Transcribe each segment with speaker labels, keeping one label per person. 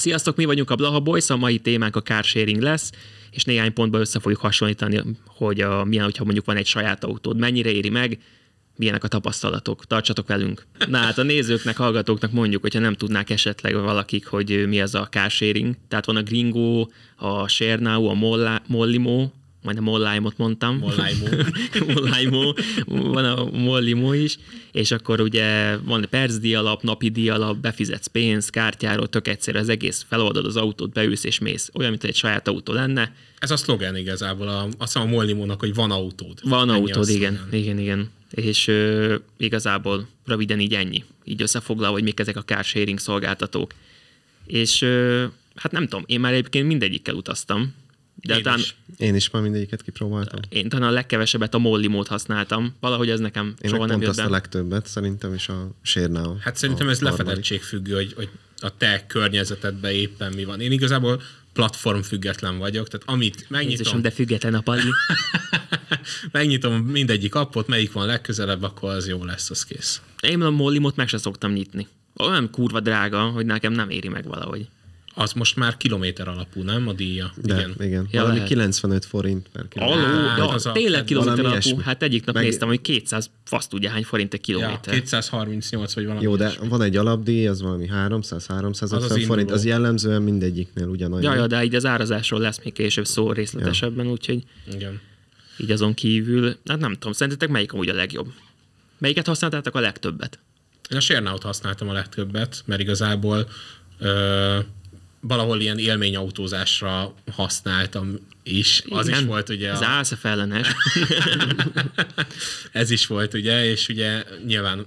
Speaker 1: Sziasztok, mi vagyunk a Blaha Boys, a mai témánk a carsharing lesz, és néhány pontban össze fogjuk hasonlítani, hogy a, milyen, hogyha mondjuk van egy saját autód, mennyire éri meg, milyenek a tapasztalatok. Tartsatok velünk. Na hát a nézőknek, hallgatóknak mondjuk, hogyha nem tudnák esetleg valakik, hogy mi az a carsharing. Tehát van a Gringo, a Sernau, a Molla, Mollimo, majdnem Molláimot mondtam.
Speaker 2: Molláimó.
Speaker 1: Molláimó, van a Mollimó is, és akkor ugye van percdi alap, napi díjalap, befizetsz pénzt, kártyáról, tök egyszerű az egész, feloldod az autót, beülsz és mész. Olyan, mint egy saját autó lenne.
Speaker 2: Ez a szlogen igazából, a, azt hiszem a Mollimónak, hogy van autód.
Speaker 1: Van
Speaker 2: Ennyi a
Speaker 1: autód,
Speaker 2: szlogen.
Speaker 1: igen, igen, igen. És ö, igazából röviden így ennyi. Így összefoglalva, hogy mik ezek a carsharing szolgáltatók. És ö, hát nem tudom, én már egyébként mindegyikkel utaztam. De
Speaker 2: Én
Speaker 1: talán
Speaker 2: is.
Speaker 3: Én is már mindegyiket kipróbáltam.
Speaker 1: Én talán a legkevesebbet a mollimót használtam. Valahogy ez nekem
Speaker 3: Én
Speaker 1: soha nem
Speaker 3: meg pont
Speaker 1: jött
Speaker 3: azt
Speaker 1: be.
Speaker 3: a legtöbbet, szerintem is a sérnál.
Speaker 2: Hát szerintem
Speaker 3: a
Speaker 2: ez
Speaker 3: harmadik.
Speaker 2: lefedettség függő, hogy, hogy a te környezetedben éppen mi van. Én igazából platform független vagyok, tehát amit megnyitom,
Speaker 1: Jézusom, de független a pali.
Speaker 2: megnyitom mindegyik appot, melyik van legközelebb, akkor az jó lesz, az kész.
Speaker 1: Én a mollimot meg se szoktam nyitni. Olyan kurva drága, hogy nekem nem éri meg valahogy.
Speaker 2: Az most már kilométer alapú, nem a díja?
Speaker 3: De, igen. igen.
Speaker 1: Ja,
Speaker 3: Ja, Valami
Speaker 1: lehet.
Speaker 3: 95 forint per kiló.
Speaker 1: Aló,
Speaker 2: Hát,
Speaker 1: ja,
Speaker 2: az a-
Speaker 1: tényleg kilométer
Speaker 3: valami
Speaker 1: alapú.
Speaker 3: ilyesmi.
Speaker 1: Hát egyik nap
Speaker 3: Meg-
Speaker 1: néztem, hogy 200, fasz tudja hány forint egy
Speaker 2: Ja,
Speaker 1: kilométer.
Speaker 2: 238 vagy valami.
Speaker 3: Jó, de
Speaker 2: ilyesmi.
Speaker 3: van egy alapdíj, az valami 300 350
Speaker 2: Az
Speaker 3: az
Speaker 2: az
Speaker 3: forint,
Speaker 2: induló.
Speaker 3: az jellemzően mindegyiknél ugyanannyi.
Speaker 1: Ja, ja, de így az árazásról lesz még később szó részletesebben, úgyhogy
Speaker 2: Igen.
Speaker 1: így azon kívül, hát nem tudom, szerintetek melyik amúgy a legjobb? Melyiket használtátok a legtöbbet?
Speaker 2: Én a Sérnáut használtam a legtöbbet, mert igazából ö, valahol ilyen élményautózásra használtam is. Az is
Speaker 1: Igen?
Speaker 2: volt ugye
Speaker 1: Ez
Speaker 2: a,
Speaker 1: álszafellenes.
Speaker 2: ez is volt ugye, és ugye nyilván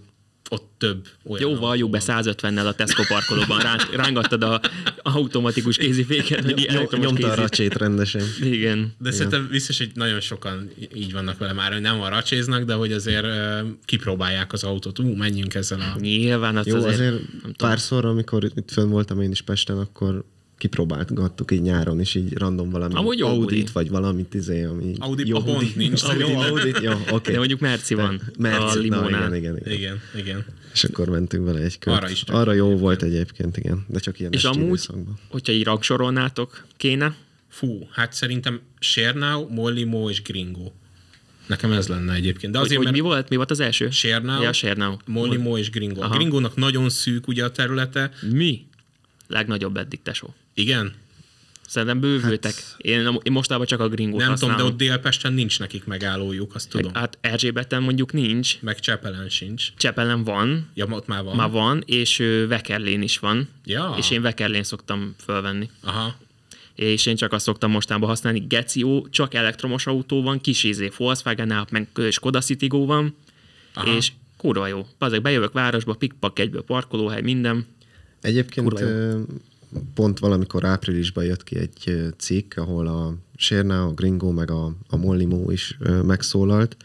Speaker 2: ott több olyan
Speaker 1: Jóval jó be 150-nel a Tesco parkolóban rán- rángattad a automatikus kéziféket, vagy
Speaker 3: Nyom-
Speaker 1: elektromos
Speaker 3: Nyomta a
Speaker 1: kézi.
Speaker 3: racsét rendesen.
Speaker 1: Igen.
Speaker 2: De szerintem biztos, hogy nagyon sokan így vannak vele már, hogy nem arra cséznek, de hogy azért ö, kipróbálják az autót. Ú, menjünk ezzel a...
Speaker 1: Nyilván azt
Speaker 3: Jó,
Speaker 1: azért,
Speaker 3: azért párszor, amikor itt fönn voltam én is Pesten, akkor kipróbálgattuk így nyáron, és így random valami
Speaker 1: Amúgy jó buli.
Speaker 3: Audit, vagy valamit izé, ami
Speaker 2: Audi-
Speaker 3: jó
Speaker 2: a Bond
Speaker 3: buli.
Speaker 2: nincs
Speaker 3: Jó,
Speaker 2: szerintem.
Speaker 3: Audit, jó, oké.
Speaker 1: De mondjuk Merci van
Speaker 3: Merci,
Speaker 1: a
Speaker 3: na,
Speaker 1: limonán.
Speaker 3: igen, igen, igen.
Speaker 2: Igen, igen.
Speaker 3: És akkor mentünk vele egy kört.
Speaker 2: Arra is tök
Speaker 3: Arra jó volt egyébként, igen. De csak ilyen
Speaker 1: És
Speaker 3: esti
Speaker 1: amúgy,
Speaker 3: időszakban.
Speaker 1: hogyha így rangsorolnátok, kéne,
Speaker 2: Fú, hát szerintem Sérnau, Mollimo és Gringo. Nekem ez lenne egyébként. De
Speaker 1: hogy,
Speaker 2: azért,
Speaker 1: hogy
Speaker 2: mert
Speaker 1: mi volt? Mi volt az első?
Speaker 2: Sérnau,
Speaker 1: Ja, Sérnau.
Speaker 2: Mollimo és Gringo. A
Speaker 1: Aha.
Speaker 2: Gringónak nagyon szűk ugye a területe.
Speaker 1: Mi? Legnagyobb eddig, tesó.
Speaker 2: Igen?
Speaker 1: Szerintem bővültek. Én, én mostában csak a gringót
Speaker 2: Hát- Nem tudom,
Speaker 1: használom.
Speaker 2: de ott Délpesten nincs nekik megállójuk, azt tudom.
Speaker 1: Hát Erzsébeten mondjuk nincs,
Speaker 2: Meg Csepelen sincs.
Speaker 1: Csepelen van,
Speaker 2: Ja, ott már van.
Speaker 1: Már van, és ö, Vekerlén is van.
Speaker 2: Hm. Ja.
Speaker 1: És én Vekerlén szoktam fölvenni.
Speaker 2: Aha.
Speaker 1: És én csak azt szoktam mostanában használni. Geció, csak elektromos autó van, kis izé, Volkswagen meg ö, Skoda Citigo van, Aha. és kurva jó. Azok bejövök városba, pikpak egyből parkolóhely, minden.
Speaker 3: Egyébként ö, pont valamikor áprilisban jött ki egy ö, cikk, ahol a Sérna, a Gringo, meg a, a Mollimó is ö, megszólalt,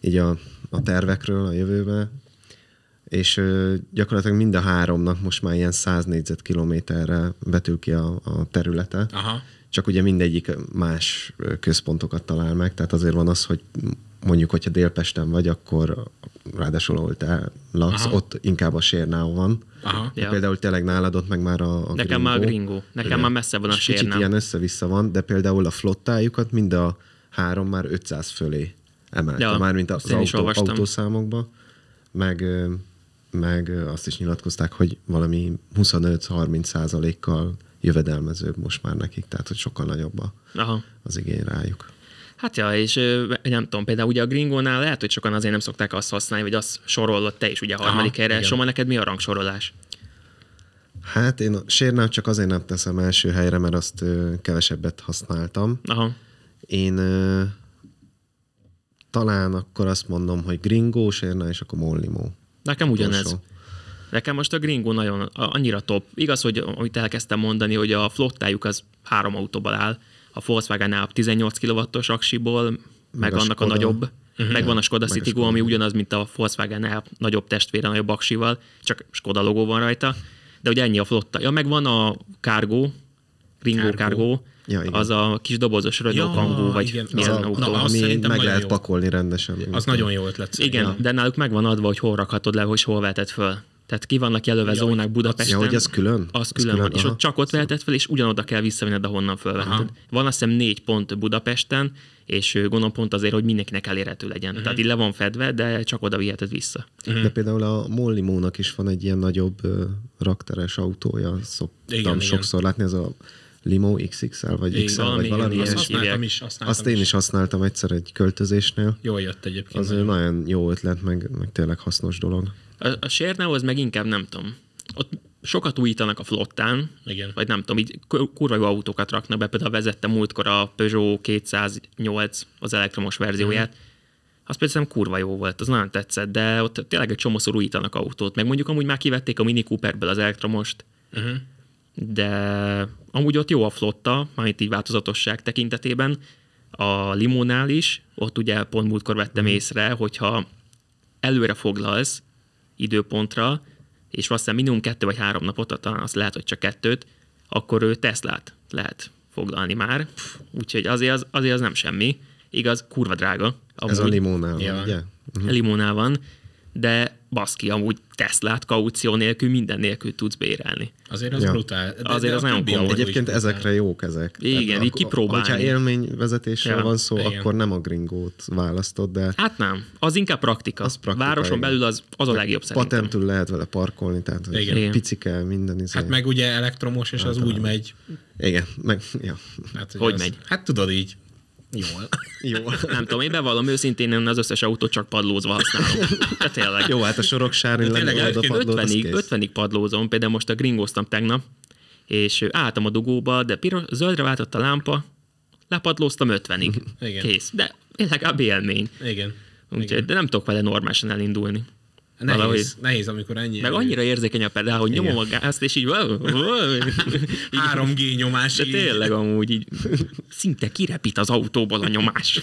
Speaker 3: így a, a tervekről a jövőbe, és ö, gyakorlatilag mind a háromnak most már ilyen 100 négyzetkilométerre vetül ki a, a területe.
Speaker 2: Aha.
Speaker 3: Csak ugye mindegyik más ö, központokat talál meg, tehát azért van az, hogy mondjuk, hogyha Délpesten vagy, akkor ráadásul, ahol te laksz,
Speaker 2: Aha.
Speaker 3: Aha. ott inkább a sérnál van.
Speaker 2: Aha.
Speaker 3: De
Speaker 1: Ja.
Speaker 3: Például tényleg nálad ott meg már a, a
Speaker 1: Nekem
Speaker 3: gringó.
Speaker 1: már a gringó. Nekem már messze van a
Speaker 3: És Kicsit
Speaker 1: sérnám.
Speaker 3: ilyen össze-vissza van, de például a flottájukat mind a három már 500 fölé emelte,
Speaker 1: Ja,
Speaker 3: ja, már mint
Speaker 1: azt
Speaker 3: az
Speaker 1: én is
Speaker 3: autó,
Speaker 1: olvastam.
Speaker 3: autószámokba, meg, ö, meg ö, azt is nyilatkozták, hogy valami 25-30 százalékkal jövedelmezőbb most már nekik, tehát hogy sokkal nagyobb a-
Speaker 1: Aha.
Speaker 3: az igény rájuk.
Speaker 1: Hát ja, és ö, nem tudom, például ugye a gringónál lehet, hogy sokan azért nem szokták azt használni, vagy azt sorolod te is, ugye a harmadik
Speaker 2: Aha,
Speaker 1: helyre.
Speaker 2: igen.
Speaker 1: Soma, neked mi a rangsorolás?
Speaker 3: Hát én a sérnám csak azért nem teszem első helyre, mert azt ö, kevesebbet használtam.
Speaker 1: Aha.
Speaker 3: Én ö, talán akkor azt mondom, hogy Gringo, Sérna és akkor Mollimó.
Speaker 1: Nekem ugyanez.
Speaker 3: Utolsó.
Speaker 1: Nekem most a Gringo nagyon, a- annyira top. Igaz, hogy amit elkezdtem mondani, hogy a flottájuk az három autóból áll. A Volkswagen a 18 kW-os aksiból, meg,
Speaker 3: Meg a
Speaker 1: annak a,
Speaker 3: Skoda. Mhm.
Speaker 1: nagyobb. Meg van a Skoda
Speaker 3: Meg a
Speaker 1: Citigo,
Speaker 3: Skoda.
Speaker 1: ami ugyanaz, mint a Volkswagen a nagyobb testvére, nagyobb aksival, csak Skoda logó van rajta. De ugye ennyi a flotta. Ja, meg van a Cargo, Gringo
Speaker 2: Cargo.
Speaker 1: Cargo,
Speaker 3: Ja, igen.
Speaker 1: az a kis dobozos rögyó kangó, vagy
Speaker 2: igen.
Speaker 1: milyen
Speaker 2: Az a-
Speaker 1: autó.
Speaker 2: na, az
Speaker 3: ami
Speaker 2: szerintem
Speaker 3: meg
Speaker 2: nagyon
Speaker 3: lehet
Speaker 2: jó.
Speaker 3: pakolni rendesen.
Speaker 2: Az nagyon jó ötlet.
Speaker 1: Igen, de náluk megvan adva, hogy hol rakhatod le, és hol veted föl. Tehát ki vannak jelölve
Speaker 2: Ja,
Speaker 1: zónák
Speaker 2: hogy-
Speaker 1: Budapesten.
Speaker 3: ja, hogy ez külön?
Speaker 1: Az
Speaker 3: Ez
Speaker 1: külön,
Speaker 3: külön,
Speaker 1: van, és
Speaker 3: aha.
Speaker 1: ott csak ott vehetett fel, és ugyanoda kell visszavenned, ahonnan fölvetted.
Speaker 2: Aha.
Speaker 1: Van azt hiszem négy pont Budapesten, és ö, gondolom pont azért, hogy mindenkinek elérhető legyen. Uh-huh. Tehát így le van fedve, de csak oda viheted vissza.
Speaker 2: Mhm.
Speaker 3: De például a Mollimónak is van egy ilyen nagyobb ö, rakteres autója, szoktam
Speaker 2: Igen,
Speaker 3: igen,
Speaker 2: igen.
Speaker 3: sokszor látni, ez a Limo XXL, vagy
Speaker 2: Igen,
Speaker 3: XL,
Speaker 1: valami
Speaker 3: vagy
Speaker 1: ilyen,
Speaker 3: valami
Speaker 1: ilyen
Speaker 2: Azt
Speaker 1: is
Speaker 3: ilyesmi.
Speaker 2: használtam
Speaker 1: hívják.
Speaker 2: is, használtam
Speaker 3: Azt én is használtam egyszer egy költözésnél.
Speaker 2: Jól jött egyébként.
Speaker 3: Az
Speaker 2: nagyon.
Speaker 3: nagyon, nagyon jó ötlet, meg, meg tényleg hasznos dolog.
Speaker 1: A, a Sérnau az meg inkább nem tudom. Ott sokat újítanak a flottán,
Speaker 2: Igen.
Speaker 1: vagy nem tudom, így k- kurva jó autókat raknak be, például vezettem múltkor a Peugeot 208, az elektromos verzióját, az például szerintem kurva jó volt, az nagyon tetszett, de ott tényleg egy csomószor újítanak autót, meg mondjuk amúgy már kivették a Mini Cooperből az elektromost,
Speaker 2: Uh-huh.
Speaker 1: de amúgy ott jó a flotta, mármint így változatosság tekintetében. A limónál is, ott ugye pont múltkor vettem
Speaker 3: Mhm.
Speaker 1: mm. észre, hogyha előre foglalsz időpontra, és azt hiszem minimum kettő vagy három napot, talán azt lehet, hogy csak kettőt, akkor ő Teslát lehet foglalni már. Pff, Úgyhogy azért az, azért az nem semmi. Igaz, kurva drága.
Speaker 3: Amúgy, ez a Mhm.
Speaker 1: amúgy.
Speaker 3: Limónál van,
Speaker 2: Ja.
Speaker 3: ugye?
Speaker 1: Limónál van, de baszki, amúgy Teslát kaució nélkül, minden nélkül tudsz bérelni.
Speaker 2: Azért az
Speaker 3: Ja.
Speaker 2: brutál. De,
Speaker 1: Azért
Speaker 2: de
Speaker 1: az
Speaker 2: a
Speaker 1: nagyon
Speaker 2: többi
Speaker 1: komoly.
Speaker 2: autó is
Speaker 3: Egyébként
Speaker 2: brutál.
Speaker 3: ezekre jók ezek.
Speaker 1: Igen, így
Speaker 3: akkor-
Speaker 1: kipróbálni.
Speaker 3: Hogyha élményvezetésről
Speaker 1: Ja.
Speaker 3: ja, van szó,
Speaker 2: Igen.
Speaker 3: igen. akkor nem a gringót választod, de
Speaker 1: Hát nem, az inkább praktika.
Speaker 3: Az praktika,
Speaker 1: Városon
Speaker 3: igen.
Speaker 1: belül az, az a legjobb szerintem.
Speaker 3: patentül lehet vele parkolni, tehát hogy
Speaker 2: Igen.
Speaker 1: Igen.
Speaker 3: picike minden izé.
Speaker 2: Hát meg ugye elektromos,
Speaker 3: Hát
Speaker 2: és az úgy megy.
Speaker 3: Igen, meg, ja.
Speaker 2: Hát,
Speaker 1: Hogy
Speaker 2: az-
Speaker 1: megy?
Speaker 2: Hát tudod így. Jól.
Speaker 3: Jó.
Speaker 1: Nem tudom, én bevallom őszintén, én az összes autót csak padlózva használom. De tényleg.
Speaker 3: Jó, hát a sorok sárni
Speaker 2: tényleg
Speaker 3: lenne oda
Speaker 2: egyébként
Speaker 3: padlót, az
Speaker 1: 50-ig,
Speaker 3: kész.
Speaker 1: 50-ig padlózom, például most a gringóztam tegnap, és ö, álltam a dugóba, de piros, zöldre váltott a lámpa, lepadlóztam 50-ig.
Speaker 2: Igen.
Speaker 1: Kész. De legalább élmény.
Speaker 2: Igen.
Speaker 1: Úgyhogy, de nem tudok vele normálisan elindulni.
Speaker 2: Nehéz,
Speaker 1: Valahogy.
Speaker 2: nehéz, amikor ennyi.
Speaker 1: Meg annyira érzékeny a pedál, hogy nyomom a gázt, és így...
Speaker 2: 3G nyomás.
Speaker 1: De
Speaker 2: így.
Speaker 1: tényleg amúgy így szinte kirepít az autóból a nyomás.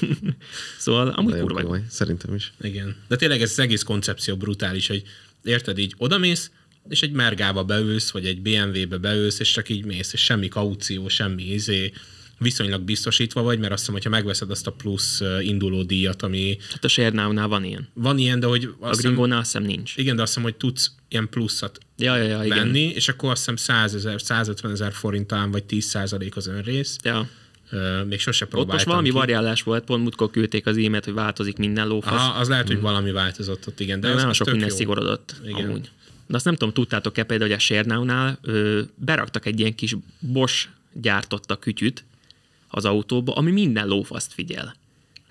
Speaker 1: Szóval amúgy
Speaker 3: Nagyon
Speaker 1: kurva jó.
Speaker 3: komoly, szerintem is.
Speaker 2: Igen. De tényleg ez az egész koncepció brutális, hogy érted, így odamész, és egy mergába beülsz, vagy egy BMW-be beülsz, és csak így mész, és semmi kaució, semmi izé, viszonylag biztosítva vagy, mert azt hiszem, hogyha megveszed azt a plusz ö, induló díjat, ami
Speaker 1: Hát a Sérnávnál van ilyen.
Speaker 2: van ilyen, de hogy
Speaker 1: A
Speaker 2: azt hiszem,
Speaker 1: Gringónál azt hiszem nincs.
Speaker 2: igen, de azt hiszem, hogy tudsz ilyen pluszat
Speaker 1: Ja, ja, ja, igen.
Speaker 2: venni, és akkor azt hiszem 100 ezer, 150 ezer forint talán, vagy 10 százalék az önrész.
Speaker 1: Ja.
Speaker 2: Ö, Még sose
Speaker 1: Ott
Speaker 2: próbáltam
Speaker 1: most valami
Speaker 2: ki.
Speaker 1: variálás volt, pont múltkor küldték az e-mailt, hogy változik minden lófasz.
Speaker 2: Aha, az lehet, hogy valami változott ott, igen. De
Speaker 1: De
Speaker 2: az,
Speaker 1: nagyon
Speaker 2: az
Speaker 1: Mhm. sok
Speaker 2: tök
Speaker 1: minden
Speaker 2: jó.
Speaker 1: szigorodott
Speaker 2: Igen.
Speaker 1: Igen. amúgy. De azt nem tudom, tudtátok-e például, hogy a Sérnánál ö, beraktak egy ilyen kis Bosch gyártotta kütyüt az autóba, ami minden lófaszt figyel.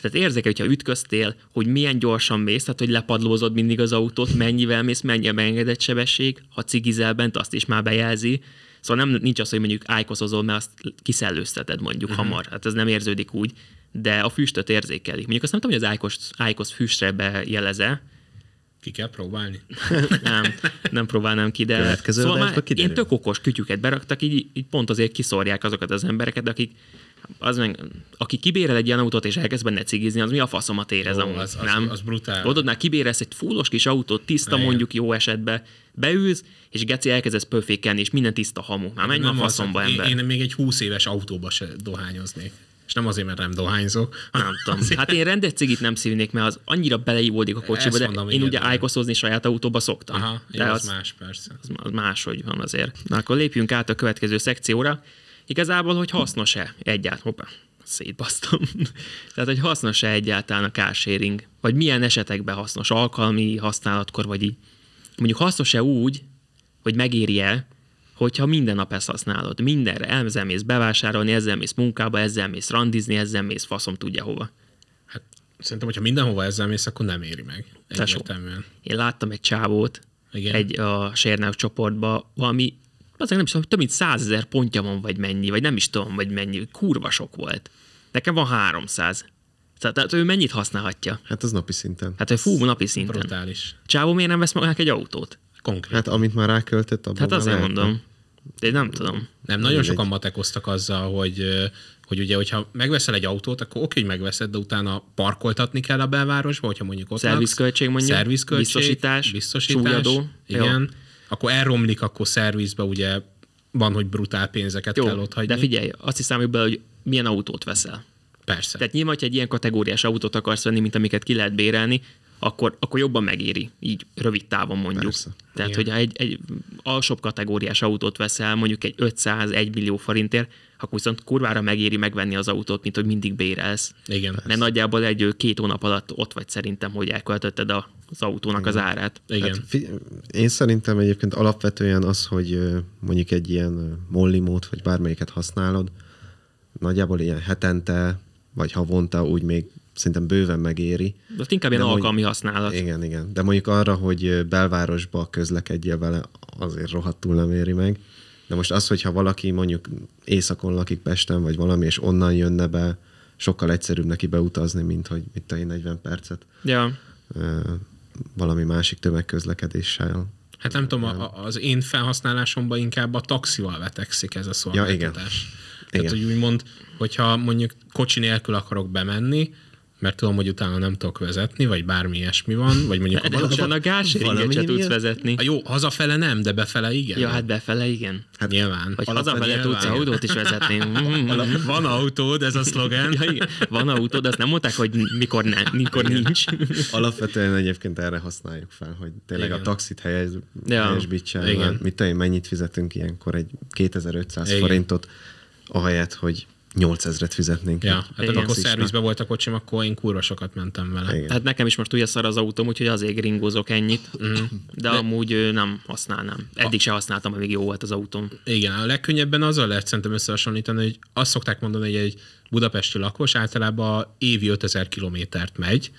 Speaker 1: Tehát érzékel, hogyha ütköztél, hogy milyen gyorsan mész, tehát hogy lepadlózod mindig az autót, mennyivel mész, mennyi a beengedett sebesség, ha cigizel bent, azt is már bejelzi. Szóval nem, nincs az, hogy mondjuk ájkoszozol, mert azt kiszellőzteted mondjuk
Speaker 2: Mhm.
Speaker 1: uh-huh. hamar. Hát ez nem érződik úgy, de a füstöt érzékeli. Mondjuk azt nem tudom, hogy az ájkos, ájkosz füstre bejeleze,
Speaker 2: Ki kell próbálni.
Speaker 1: nem, nem próbálnám ki, de
Speaker 2: hát
Speaker 3: Következő
Speaker 1: szóval
Speaker 3: adásban
Speaker 1: már
Speaker 3: kiderül.
Speaker 1: ilyen tök okos kütyüket beraktak, így, így pont azért kiszórják azokat az embereket, akik az meg, aki kibérel egy ilyen autót és elkezd benne cigizni, az mi a faszomat érez
Speaker 2: Ó,
Speaker 1: amúgy,
Speaker 2: az- az-
Speaker 1: nem?
Speaker 2: az brutál.
Speaker 1: Ododnál kibérelsz egy fúlos kis autót, tiszta
Speaker 2: Igen.
Speaker 1: mondjuk jó esetben, beülsz, és geci elkezdesz pöfékelni, és minden tiszta hamu. Már menj a
Speaker 2: Nem az,
Speaker 1: faszomba,
Speaker 2: hogy
Speaker 1: ember.
Speaker 2: Én, én még egy 20 éves autóba se dohányoznék. És nem azért, mert nem dohányzok.
Speaker 1: Nem tudom. Hát én rendet cigit nem szívnék, mert az annyira beleívódik a kocsiba,
Speaker 2: Ezt
Speaker 1: de
Speaker 2: mondom,
Speaker 1: én
Speaker 2: igen,
Speaker 1: ugye
Speaker 2: igen.
Speaker 1: ájkoszozni saját autóba szoktam.
Speaker 2: Aha,
Speaker 1: de
Speaker 2: jó, az, más persze.
Speaker 1: az, az máshogy van azért. Na akkor lépjünk át a következő szekcióra. Igazából, hogy hasznos-e egyáltalán, hoppá, szétbasztam. Tehát, hogy hasznos-e egyáltalán a carsharing, vagy milyen esetekben hasznos, alkalmi használatkor, vagy így. Mondjuk hasznos-e úgy, hogy megéri-e, hogyha minden nap ezt használod, mindenre, ezzel mész bevásárolni, ezzel mész munkába, ezzel mész randizni, ezzel mész faszom tudja hova.
Speaker 2: Hát szerintem, hogyha mindenhova ezzel mész, akkor nem éri meg.
Speaker 1: Tesó.
Speaker 2: Egyértelműen.
Speaker 1: Én láttam egy csávót
Speaker 2: Igen.
Speaker 1: egy a sérnák csoportba, valami, azért nem is tudom, több mint százezer pontja van, vagy mennyi, vagy nem is tudom, vagy mennyi, kurva sok volt. Nekem van 300. Tehát, tehát ő mennyit használhatja?
Speaker 3: Hát az napi szinten.
Speaker 1: Hát ő fú, napi szinten.
Speaker 2: Brutális.
Speaker 1: Csávó miért nem vesz magának egy autót?
Speaker 2: Konkrét.
Speaker 3: Hát amit már ráköltött, abban
Speaker 1: Hát
Speaker 3: már
Speaker 1: azért
Speaker 3: lehet.
Speaker 1: mondom. De én nem tudom.
Speaker 2: Nem, nagyon sokan matekoztak azzal, hogy, ö, hogy ugye, hogyha megveszel egy autót, akkor oké, hogy megveszed, de utána parkoltatni kell a belvárosba, hogyha mondjuk ott
Speaker 1: Szervizköltség
Speaker 2: laksz.
Speaker 1: mondjuk,
Speaker 2: szervizköltség,
Speaker 1: biztosítás,
Speaker 2: biztosítás,
Speaker 1: súlyadó.
Speaker 2: igen.
Speaker 1: Jó.
Speaker 2: Akkor elromlik, akkor szervizbe ugye van, hogy brutál pénzeket kell
Speaker 1: Jó,
Speaker 2: ott hagyni.
Speaker 1: de figyelj, azt hiszem, hogy bele, hogy milyen autót veszel.
Speaker 2: Persze.
Speaker 1: Tehát nyilván, hogyha egy ilyen kategóriás autót akarsz venni, mint amiket ki lehet bérelni, akkor, akkor jobban megéri, így rövid távon mondjuk.
Speaker 3: Persze.
Speaker 1: Tehát,
Speaker 2: Igen.
Speaker 1: hogy ha egy, egy alsóbb kategóriás autót veszel, mondjuk egy 500-1 millió forintért, akkor viszont kurvára megéri megvenni az autót, mint hogy mindig bérelsz.
Speaker 2: Igen.
Speaker 1: Mert nagyjából egy két hónap alatt ott vagy szerintem, hogy elköltötted a- az autónak az árát.
Speaker 2: Igen.
Speaker 3: Hát fi- én szerintem egyébként alapvetően az, hogy ö, mondjuk egy ilyen ö, mollimót, vagy bármelyiket használod, nagyjából ilyen hetente, vagy havonta úgy még szerintem bőven megéri.
Speaker 1: De Azt inkább ilyen
Speaker 3: De mondjuk-
Speaker 1: alkalmi használat.
Speaker 3: Igen, igen. De mondjuk arra, hogy ö, belvárosba közlekedjél vele, azért rohadtul nem éri meg. De most az, hogyha valaki mondjuk éjszakon lakik Pesten, vagy valami, és onnan jönne be, sokkal egyszerűbb neki beutazni, mint hogy mit a 40 percet
Speaker 1: Ja.
Speaker 3: ö, valami másik tömegközlekedéssel
Speaker 2: Hát nem tudom, a, a- az én felhasználásomban inkább a taxival vetekszik ez a szolgáltatás. Ja, Tehát,
Speaker 3: Igen.
Speaker 2: hogy úgymond, hogyha mondjuk kocsi nélkül akarok bemenni, mert tudom, hogy utána nem tudok vezetni, vagy bármi ilyesmi van, vagy mondjuk a
Speaker 1: De
Speaker 2: baleset.
Speaker 1: van a gáseringet
Speaker 3: valami
Speaker 1: se tudsz
Speaker 3: miatt-
Speaker 1: vezetni.
Speaker 2: A jó, hazafele nem, de befele igen.
Speaker 1: Ja, hát befele igen.
Speaker 2: hát nyilván.
Speaker 1: Vagy
Speaker 2: Alapvetően
Speaker 1: hazafele tudsz
Speaker 2: nyilván.
Speaker 1: autót is vezetni. Mm.
Speaker 2: Van autód, ez a szlogen.
Speaker 1: Ja, igen. Van autód, azt nem mondták, hogy mikor, ne, mikor nincs.
Speaker 3: Alapvetően egyébként erre használjuk fel, hogy tényleg
Speaker 2: Igen.
Speaker 3: a taxit helyez,
Speaker 1: Ja.
Speaker 3: ja. helyesbítsen.
Speaker 2: Igen.
Speaker 3: Igen. Mit tudom én, mennyit fizetünk ilyenkor? Egy 2500
Speaker 2: Igen.
Speaker 3: Igen. forintot, ahelyett, hogy 8000-et fizetnénk.
Speaker 2: Ja,
Speaker 3: egy
Speaker 2: hát igen,
Speaker 1: Igen.
Speaker 2: akkor
Speaker 3: taxisnál.
Speaker 2: szervizbe volt a kocsim, akkor én kurva sokat mentem vele.
Speaker 3: Igen.
Speaker 1: Hát nekem is most ugye szar az autóm, úgyhogy azért ringózok ennyit.
Speaker 2: Mhm.
Speaker 1: De amúgy ö, nem használnám. Eddig se használtam, amíg jó volt az autóm.
Speaker 2: Igen, a legkönnyebben azzal lehet szerintem összehasonlítani, hogy azt szokták mondani, hogy egy budapesti lakos általában évi 5000 kilométert megy,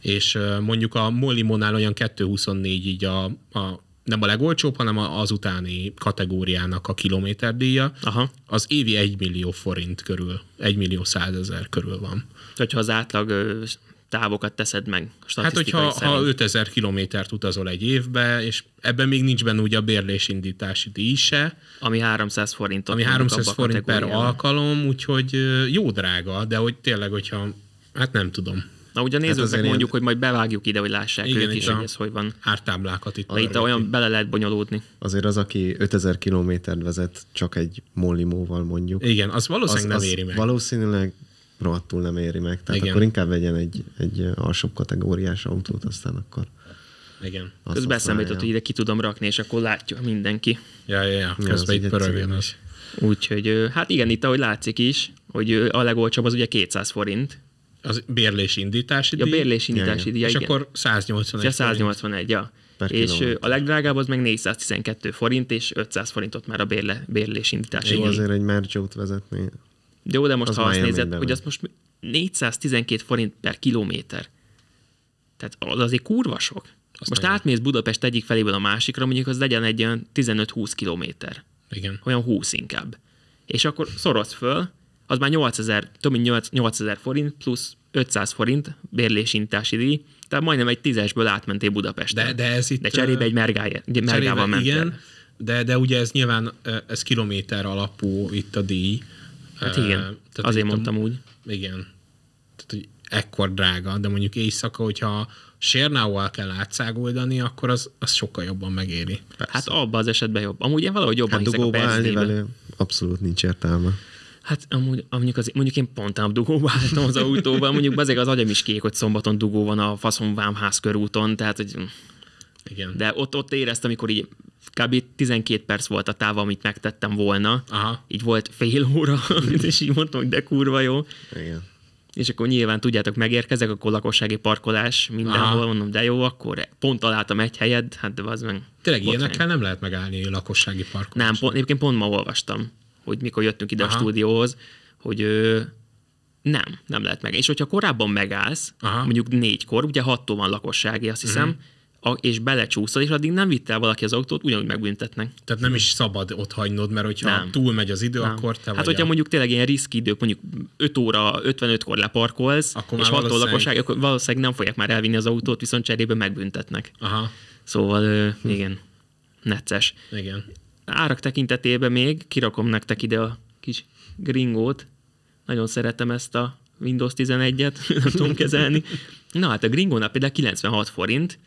Speaker 2: és ö, mondjuk a Mollimonál olyan 224 így a, a nem a legolcsóbb, hanem a- az utáni kategóriának a kilométerdíja.
Speaker 1: Aha.
Speaker 2: Az évi 1 millió forint körül, 1 millió 100 ezer körül van.
Speaker 1: Hogyha az átlag ö, távokat teszed meg
Speaker 2: Hát,
Speaker 1: statisztikai
Speaker 2: hogyha
Speaker 1: szerint.
Speaker 2: ha 5000 kilométert utazol egy évbe, és ebben még nincs benne ugye a bérlésindítási díj se,
Speaker 1: Ami 300 forintot.
Speaker 2: ami
Speaker 1: mondjuk
Speaker 2: 300
Speaker 1: abba a
Speaker 2: forint per
Speaker 1: kategóriában.
Speaker 2: alkalom, úgyhogy ö, jó drága, de hogy tényleg, hogyha, hát nem tudom,
Speaker 1: Na ugye a nézőknek
Speaker 3: azért
Speaker 1: hát
Speaker 3: ilyen-
Speaker 1: mondjuk, hogy majd bevágjuk ide, hogy lássák
Speaker 2: Igen,
Speaker 1: igen, ők
Speaker 2: itt
Speaker 1: is,
Speaker 2: a-
Speaker 1: hogy ez hogy van.
Speaker 2: ártáblákat itt.
Speaker 1: De itt olyan bele lehet bonyolódni.
Speaker 3: Azért az, aki 5000 kilométert vezet, csak egy mollimóval mondjuk,
Speaker 2: Igen, az
Speaker 3: az,
Speaker 2: valószínűleg
Speaker 3: az
Speaker 2: nem éri meg.
Speaker 3: valószínűleg rohadtul nem éri meg. Tehát
Speaker 2: Igen.
Speaker 3: Igen. akkor inkább vegyen egy, egy alsóbb kategóriás autót, aztán akkor
Speaker 2: Igen.
Speaker 3: azt
Speaker 1: Közben
Speaker 3: használja.
Speaker 1: eszembe jutott, hogy ide ki tudom rakni, és akkor látja mindenki.
Speaker 2: Ja, ja, ja,
Speaker 3: az
Speaker 2: közben itt
Speaker 3: egy
Speaker 2: pörögjön
Speaker 3: egyszerű.
Speaker 2: az.
Speaker 1: Úgyhogy ö, hát igen, itt ahogy látszik is, hogy ö, a legolcsóbb az ugye 200 forint.
Speaker 2: Az bérlés indítási
Speaker 1: Ja,
Speaker 2: díj,
Speaker 1: bérlésindítási díja,
Speaker 2: és
Speaker 1: igen.
Speaker 2: akkor 181
Speaker 1: Ja,
Speaker 2: forint.
Speaker 1: 181, ja.
Speaker 3: Per
Speaker 1: És ö,
Speaker 3: kilométer.
Speaker 1: a legdrágább az meg 412 forint, és 500 forintot már a bérle, bérlésindítási
Speaker 3: Jó,
Speaker 1: díj.
Speaker 3: azért egy merjót vezetni.
Speaker 1: Jó, de most
Speaker 3: az
Speaker 1: ha azt
Speaker 3: már
Speaker 1: nézed,
Speaker 3: élményben
Speaker 1: hogy
Speaker 3: van.
Speaker 1: az most 412 forint per kilométer. Tehát az azért kurva sok. most
Speaker 2: nagyon.
Speaker 1: átmész Budapest egyik feléből a másikra, mondjuk az legyen egy olyan 15-20 kilométer.
Speaker 2: Igen.
Speaker 1: Olyan 20 inkább. És akkor szoroz föl, az már 8000, több mint 8 8000 forint plusz 500 forint bérlésintási díj, tehát majdnem egy tízesből átmentél Budapestre.
Speaker 2: De, de ez itt...
Speaker 1: de cserébe
Speaker 2: ö,
Speaker 1: egy mergája, egy mergával
Speaker 2: Cserébe,
Speaker 1: mentél.
Speaker 2: igen, de, de ugye ez nyilván ö, ez kilométer alapú itt a díj.
Speaker 1: Hát
Speaker 2: Ö,
Speaker 1: igen, azért
Speaker 2: itt a-
Speaker 1: mondtam úgy.
Speaker 2: Igen. Tehát, hogy ekkor drága, de mondjuk éjszaka, hogyha sérnával kell átszágoldani, akkor az, az sokkal jobban megéri.
Speaker 1: Hát abban az esetben jobb. Amúgy én valahogy jobban
Speaker 3: Hát
Speaker 1: hiszek a
Speaker 3: dugóba állni
Speaker 1: percdíjban.
Speaker 3: velő abszolút nincs értelme.
Speaker 1: Hát amúgy, mondjuk, az, mondjuk én pont nem dugóba álltam az autóban, mondjuk azért az agyam is kék, hogy szombaton dugó van a faszom vámház körúton, tehát hogy,
Speaker 2: Igen. De...
Speaker 1: de ott, ott éreztem, amikor így kb. 12 perc volt a táv, amit megtettem volna,
Speaker 2: Aha.
Speaker 1: így volt fél óra, és így mondtam, hogy de kurva jó,
Speaker 3: Igen.
Speaker 1: és akkor nyilván tudjátok, megérkezek, akkor lakossági parkolás mindenhol,
Speaker 2: Aha.
Speaker 1: mondom, de jó, akkor pont találtam egy helyet, hát de az meg...
Speaker 2: Tényleg
Speaker 1: botrány.
Speaker 2: ilyenekkel nem lehet megállni a lakossági parkon.
Speaker 1: Nem, pont, egyébként pont ma olvastam, hogy mikor jöttünk ide Aha. a
Speaker 2: Aha.
Speaker 1: stúdióhoz, hogy ö, nem, nem lehet meg. És hogyha korábban megállsz, Aha.
Speaker 2: Aha. Mhm.
Speaker 1: mondjuk négykor, ugye hattól van lakossági, azt hiszem, a, és belecsúszol, és addig nem vitt el valaki az autót, ugyanúgy megbüntetnek.
Speaker 2: Tehát nem is szabad ott hagynod, mert hogyha
Speaker 1: Nem.
Speaker 2: nem. túl megy az idő,
Speaker 1: Nem.
Speaker 2: nem. akkor te
Speaker 1: hát,
Speaker 2: vagy
Speaker 1: hogyha
Speaker 2: a...
Speaker 1: mondjuk tényleg ilyen riszki idők, mondjuk 5 óra, 55-kor leparkolsz,
Speaker 2: Akkor
Speaker 1: és
Speaker 2: már
Speaker 1: hattól
Speaker 2: valószínűleg-
Speaker 1: lakosság, akkor valószínűleg nem fogják már elvinni az autót, viszont cserébe megbüntetnek.
Speaker 2: Aha,
Speaker 1: Szóval ö,
Speaker 2: Hm.
Speaker 1: igen, necces.
Speaker 2: igen.
Speaker 1: árak tekintetében még kirakom nektek ide a kis gringót. Nagyon szeretem ezt a Windows 11-et, nem tudom kezelni. Na hát a gringónál például 96 forint.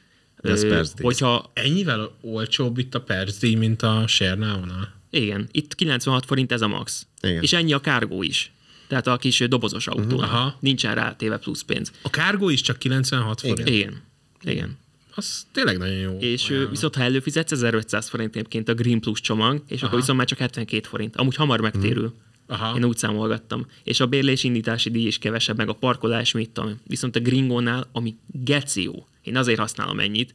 Speaker 3: De ez
Speaker 1: Ö,
Speaker 3: per díj.
Speaker 1: hogyha,
Speaker 2: Ennyivel olcsóbb itt a percdíj, mint a sérnávonál.
Speaker 1: igen, itt 96 forint ez a max.
Speaker 3: Igen. Mhm.
Speaker 1: És ennyi a kárgó is. Tehát a kis ö, dobozos autó.
Speaker 2: Aha.
Speaker 1: Nincsen rátéve plusz pénz.
Speaker 2: A kárgó is csak 96 forint.
Speaker 1: Igen. Igen.
Speaker 2: Az tényleg nagyon jó.
Speaker 1: És ő,
Speaker 2: ajánlom.
Speaker 1: viszont ha előfizetsz, 1500 forint egyébként a Green Plus csomag, és Aha. akkor viszont már csak 72 forint. Amúgy hamar megtérül.
Speaker 2: Hmm. Aha.
Speaker 1: Én úgy számolgattam. És a bérlés indítási díj is kevesebb, meg a parkolás, mit tudom. én. Viszont a Gringónál, ami geció, én azért használom ennyit,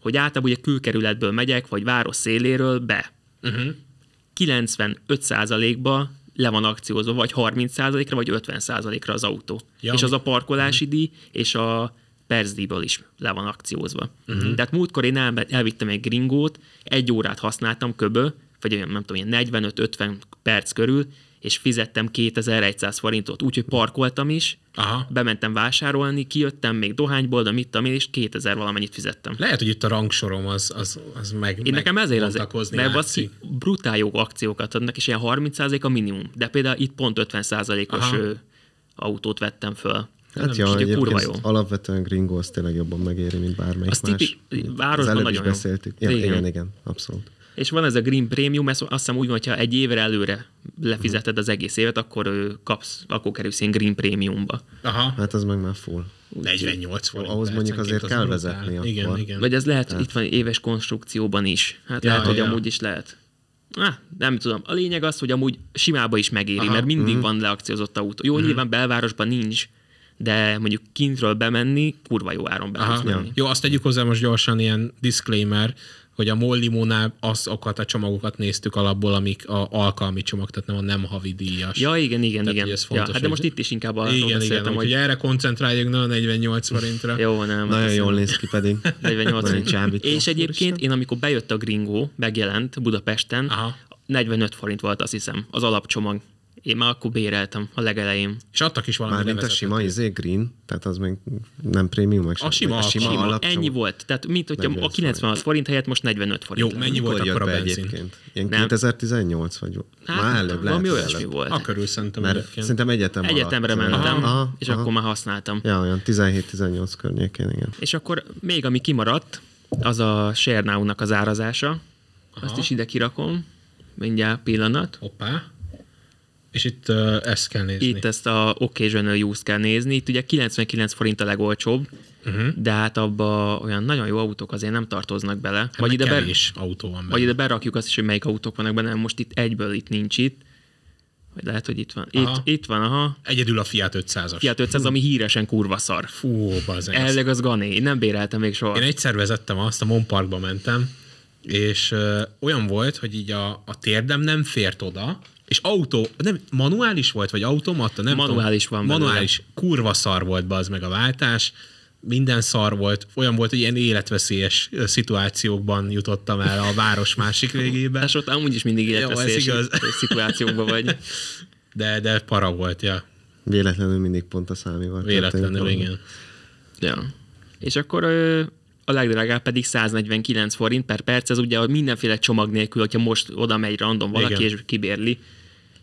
Speaker 1: hogy általában ugye külkerületből megyek, vagy város széléről be.
Speaker 2: Mhm.
Speaker 1: Uh-huh. 95%-ba le van akciózva, vagy 30%-ra, vagy 50%-ra az autó.
Speaker 2: Ja,
Speaker 1: Ja, és az
Speaker 2: ami-
Speaker 1: a parkolási díj, és a percdíjból is le van akciózva.
Speaker 2: Mhm.
Speaker 1: Uh-huh. Tehát múltkor én elme- elvittem egy gringót, egy órát használtam köbö, vagy olyan, nem tudom, ilyen 45-50 perc körül, és fizettem 2100 forintot, úgyhogy parkoltam is,
Speaker 2: Aha.
Speaker 1: bementem vásárolni, kijöttem még dohányból, de mit tudom én, és 2000 valamennyit fizettem.
Speaker 2: Lehet, hogy itt a rangsorom az, az, az meg hát
Speaker 1: Én nekem ezért az,
Speaker 2: megvontakozni
Speaker 1: mert
Speaker 2: látszik.
Speaker 1: basszi, brutál jó akciókat adnak, és ilyen 30% a minimum. De például itt pont 50%-os
Speaker 2: Aha.
Speaker 1: ö, autót vettem föl.
Speaker 3: Hát
Speaker 1: És
Speaker 3: ja,
Speaker 1: ugye kurva
Speaker 3: egyébként
Speaker 1: jó.
Speaker 3: alapvetően Gringo az tényleg jobban megéri, mint bármelyik
Speaker 1: Az
Speaker 3: más.
Speaker 1: tipi-
Speaker 3: Az
Speaker 1: városban
Speaker 3: előbb
Speaker 1: nagyon
Speaker 3: is
Speaker 1: jó.
Speaker 3: beszéltük. Ja,
Speaker 1: Igen.
Speaker 3: igen. igen, igen, abszolút.
Speaker 1: És van ez a Green Premium, ez azt hiszem úgy van, hogyha egy évre előre lefizeted az egész évet, akkor ö, kapsz, akkor kerülsz ilyen Green Premiumba.
Speaker 2: Aha.
Speaker 3: Hát az meg már full.
Speaker 2: 48 forint.
Speaker 3: ahhoz mondjuk
Speaker 2: percenként
Speaker 3: azért
Speaker 2: az
Speaker 3: kell
Speaker 2: brutál.
Speaker 3: vezetni
Speaker 2: Igen,
Speaker 3: akkor.
Speaker 2: igen.
Speaker 1: Vagy ez lehet, itt van éves konstrukcióban is. Hát
Speaker 2: Ja,
Speaker 1: ja, lehet, hogy
Speaker 2: ja.
Speaker 1: amúgy is lehet. Ah, nem tudom. A lényeg az, hogy amúgy simába is megéri,
Speaker 2: Aha. Mhm.
Speaker 1: Aha. mert
Speaker 3: Mhm.
Speaker 1: mindig van leakciózott autó. Jó, nyilván belvárosban nincs, de mondjuk kintről bemenni, kurva jó áron be tudsz
Speaker 2: Aha.
Speaker 1: menni.
Speaker 2: Jó, azt tegyük hozzá most gyorsan ilyen disclaimer, hogy a Mollimónál azokat a csomagokat néztük alapból, amik a alkalmi csomag, tehát nem a nem havi díjas.
Speaker 1: Ja, igen, igen,
Speaker 2: Tehát,
Speaker 1: igen.
Speaker 2: hogy ez
Speaker 1: ja,
Speaker 2: fontos,
Speaker 1: hát de
Speaker 2: hogy-
Speaker 1: most itt is inkább arról
Speaker 2: igen, igen,
Speaker 1: beszéltem,
Speaker 2: hogy...
Speaker 1: hogy
Speaker 2: erre koncentráljunk, ne a 48 forintra.
Speaker 1: jó, nem.
Speaker 3: Nagyon
Speaker 1: hát
Speaker 3: jól néz ki pedig.
Speaker 1: 48
Speaker 3: Nagyon
Speaker 1: forint.
Speaker 3: csábító.
Speaker 1: És egyébként én, amikor bejött a gringó, megjelent Budapesten,
Speaker 2: Aha.
Speaker 1: 45 forint volt, azt hiszem, az alapcsomag. Én már akkor béreltem a legelején.
Speaker 2: És adtak is valami
Speaker 3: Mármint a
Speaker 2: levezetőt.
Speaker 3: sima izé green, tehát az még nem prémium, meg sem.
Speaker 2: sima
Speaker 3: a sima,
Speaker 2: alap-
Speaker 3: sima
Speaker 1: Sima,
Speaker 3: alapcsomag.
Speaker 1: ennyi volt. Tehát, mint hogyha
Speaker 3: 45
Speaker 1: a
Speaker 3: forint.
Speaker 1: 96 forint helyett most 45 forint.
Speaker 2: Jó,
Speaker 1: lett.
Speaker 2: mennyi volt
Speaker 3: Mikor
Speaker 2: akkor a
Speaker 3: jött be
Speaker 2: benzin?
Speaker 3: egyébként? Ilyen
Speaker 1: Nem.
Speaker 3: 2018 vagy?
Speaker 1: Hát,
Speaker 3: Már előbb lehet.
Speaker 1: valami
Speaker 3: hogy
Speaker 1: olyasmi
Speaker 3: előbb.
Speaker 1: volt.
Speaker 2: A körül szerintem
Speaker 3: Mert
Speaker 2: egyébként.
Speaker 3: szerintem egyetem
Speaker 1: Egyetemre
Speaker 3: alatt.
Speaker 1: mentem,
Speaker 3: Aha,
Speaker 1: és
Speaker 3: aha.
Speaker 1: akkor már használtam.
Speaker 3: Ja, olyan 17-18 környékén, igen.
Speaker 1: És akkor még ami kimaradt, az a Sernau-nak az árazása. Azt is ide kirakom. Mindjárt pillanat.
Speaker 2: Hoppá. És itt uh, ezt kell nézni.
Speaker 1: Itt ezt a occasional use kell nézni. Itt ugye 99 forint a legolcsóbb,
Speaker 2: Mhm.
Speaker 1: uh-huh. de hát abba olyan nagyon jó autók azért nem tartoznak bele. Hát
Speaker 2: Vagy
Speaker 1: vagy,
Speaker 2: ide
Speaker 1: ide ber,
Speaker 2: kevés autó van
Speaker 1: vagy
Speaker 2: benne.
Speaker 1: ide berakjuk azt is, hogy melyik autók vannak benne, mert most itt egyből itt nincs itt. Vagy lehet, hogy itt van.
Speaker 2: Aha.
Speaker 1: Itt, itt van, aha.
Speaker 2: Egyedül a Fiat 500-as.
Speaker 1: Fiat 500, ami híresen kurva szar.
Speaker 2: Fú, bazen.
Speaker 1: Elleg az Gané. Én nem béreltem még soha.
Speaker 2: Én egyszer vezettem azt, a Monparkba mentem, és ö, olyan volt, hogy így a, a térdem nem fért oda, és autó, nem, manuális volt, vagy automata? Nem
Speaker 1: Manuális
Speaker 2: tudom.
Speaker 1: van belőle.
Speaker 2: Manuális. Kurva szar volt be az meg a váltás, minden szar volt, olyan volt, hogy ilyen életveszélyes ö, szituációkban jutottam el a város másik végébe,
Speaker 1: És ott amúgy is mindig életveszélyes
Speaker 2: igaz.
Speaker 1: szituációkban vagy.
Speaker 2: de, de para volt, ja,
Speaker 3: Véletlenül mindig pont a számival.
Speaker 2: véletlenül,
Speaker 3: történik.
Speaker 2: igen.
Speaker 1: Ja. És akkor ö, a legdrágább pedig 149 forint per perc, ez ugye mindenféle csomag nélkül, hogyha most oda megy random valaki,
Speaker 2: Igen.
Speaker 1: Igen. és kibérli,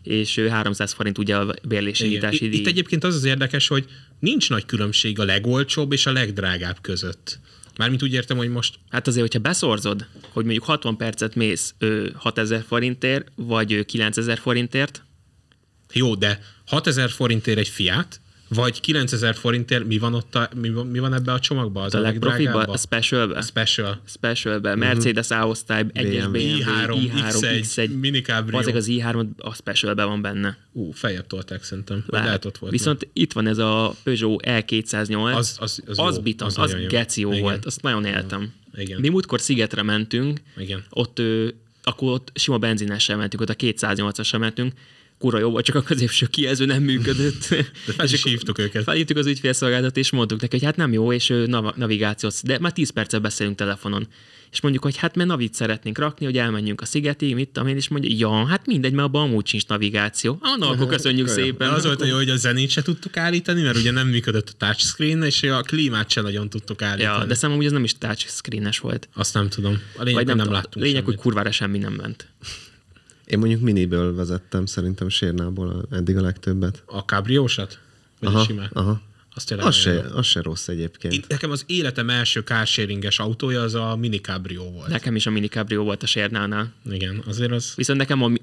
Speaker 1: és ö, 300 forint ugye a
Speaker 2: Igen.
Speaker 1: bérlésindítási
Speaker 2: Itt,
Speaker 1: díj.
Speaker 2: itt egyébként az az érdekes, hogy nincs nagy különbség a legolcsóbb és a legdrágább között. Mármint úgy értem, hogy most
Speaker 1: Hát azért, hogyha beszorzod, hogy mondjuk 60 percet mész ö, 6000 forintért, vagy ö, 9000 forintért,
Speaker 2: Jó, de 6000 forintért egy fiát, vagy 9000 forintért mi van ott, a, mi, van- mi van ebbe a Mhm. csomagban? Az
Speaker 1: a legprofibb
Speaker 2: legdrágább
Speaker 1: a specialbe.
Speaker 2: special.
Speaker 1: Specialbe, Mercedes A-osztály, 1-es BMW,
Speaker 2: i3,
Speaker 1: i3,
Speaker 2: X1,
Speaker 1: X1,
Speaker 2: Mini Cabrio.
Speaker 1: Azek az i3 a specialbe van benne.
Speaker 2: Ú, feljebb tolták szerintem. Vagy
Speaker 1: Lehet.
Speaker 2: lehet ott volt.
Speaker 1: Viszont itt van ez a Peugeot E208,
Speaker 2: Az- az- az
Speaker 1: az
Speaker 2: jó,
Speaker 1: biton,
Speaker 2: az
Speaker 1: az,
Speaker 2: nagyon
Speaker 1: az
Speaker 2: jó.
Speaker 1: geció
Speaker 2: Igen.
Speaker 1: volt, azt nagyon éltem.
Speaker 2: Igen.
Speaker 1: Mi múltkor Szigetre mentünk,
Speaker 2: Igen.
Speaker 1: ott ö, akkor ott sima benzinessel mentünk, ott a 208-assal mentünk, kurva jó volt, csak a középső kijelző nem működött.
Speaker 2: De fel
Speaker 1: És
Speaker 2: is
Speaker 1: akkor
Speaker 2: hívtuk őket.
Speaker 1: Felhívtuk az ügyfélszolgálatot, és mondtuk neki, hogy hát nem jó, és ö, nav- navigációt, de már 10 perccel beszélünk telefonon. És mondjuk, hogy hát mert navit szeretnénk rakni, hogy elmenjünk a szigetig, mit tudom én, és mondja, ja, hát mindegy, mert abban amúgy sincs navigáció. Ah, na, akkor köszönjük
Speaker 3: Kölyök.
Speaker 1: szépen.
Speaker 2: De az volt a jó, hogy a zenét se tudtuk állítani, mert ugye nem működött a touchscreen, és a klímát se nagyon tudtuk állítani.
Speaker 1: Ja, de szerintem amúgy ez nem is touchscreen-es volt.
Speaker 2: Azt nem tudom. A lényeg,
Speaker 1: Vagy nem,
Speaker 2: nem, nem
Speaker 1: tudom,
Speaker 2: láttunk
Speaker 1: Lényeg,
Speaker 2: semmit.
Speaker 1: hogy kurvára semmi nem ment.
Speaker 3: Én mondjuk miniből vezettem szerintem Sérnából a- eddig a legtöbbet.
Speaker 2: A kábriósat? Vagy a
Speaker 3: Aha,
Speaker 2: simát?
Speaker 3: aha.
Speaker 2: Azt tényleg
Speaker 3: Az
Speaker 2: nagyon
Speaker 3: se,
Speaker 2: jó.
Speaker 3: az se rossz egyébként.
Speaker 2: Én- Nekem az életem első carsharinges autója az a Mini Cabrio volt.
Speaker 1: Nekem is a mini cabrio volt a sérnánál.
Speaker 2: Igen, azért az...
Speaker 1: Viszont nekem a mi-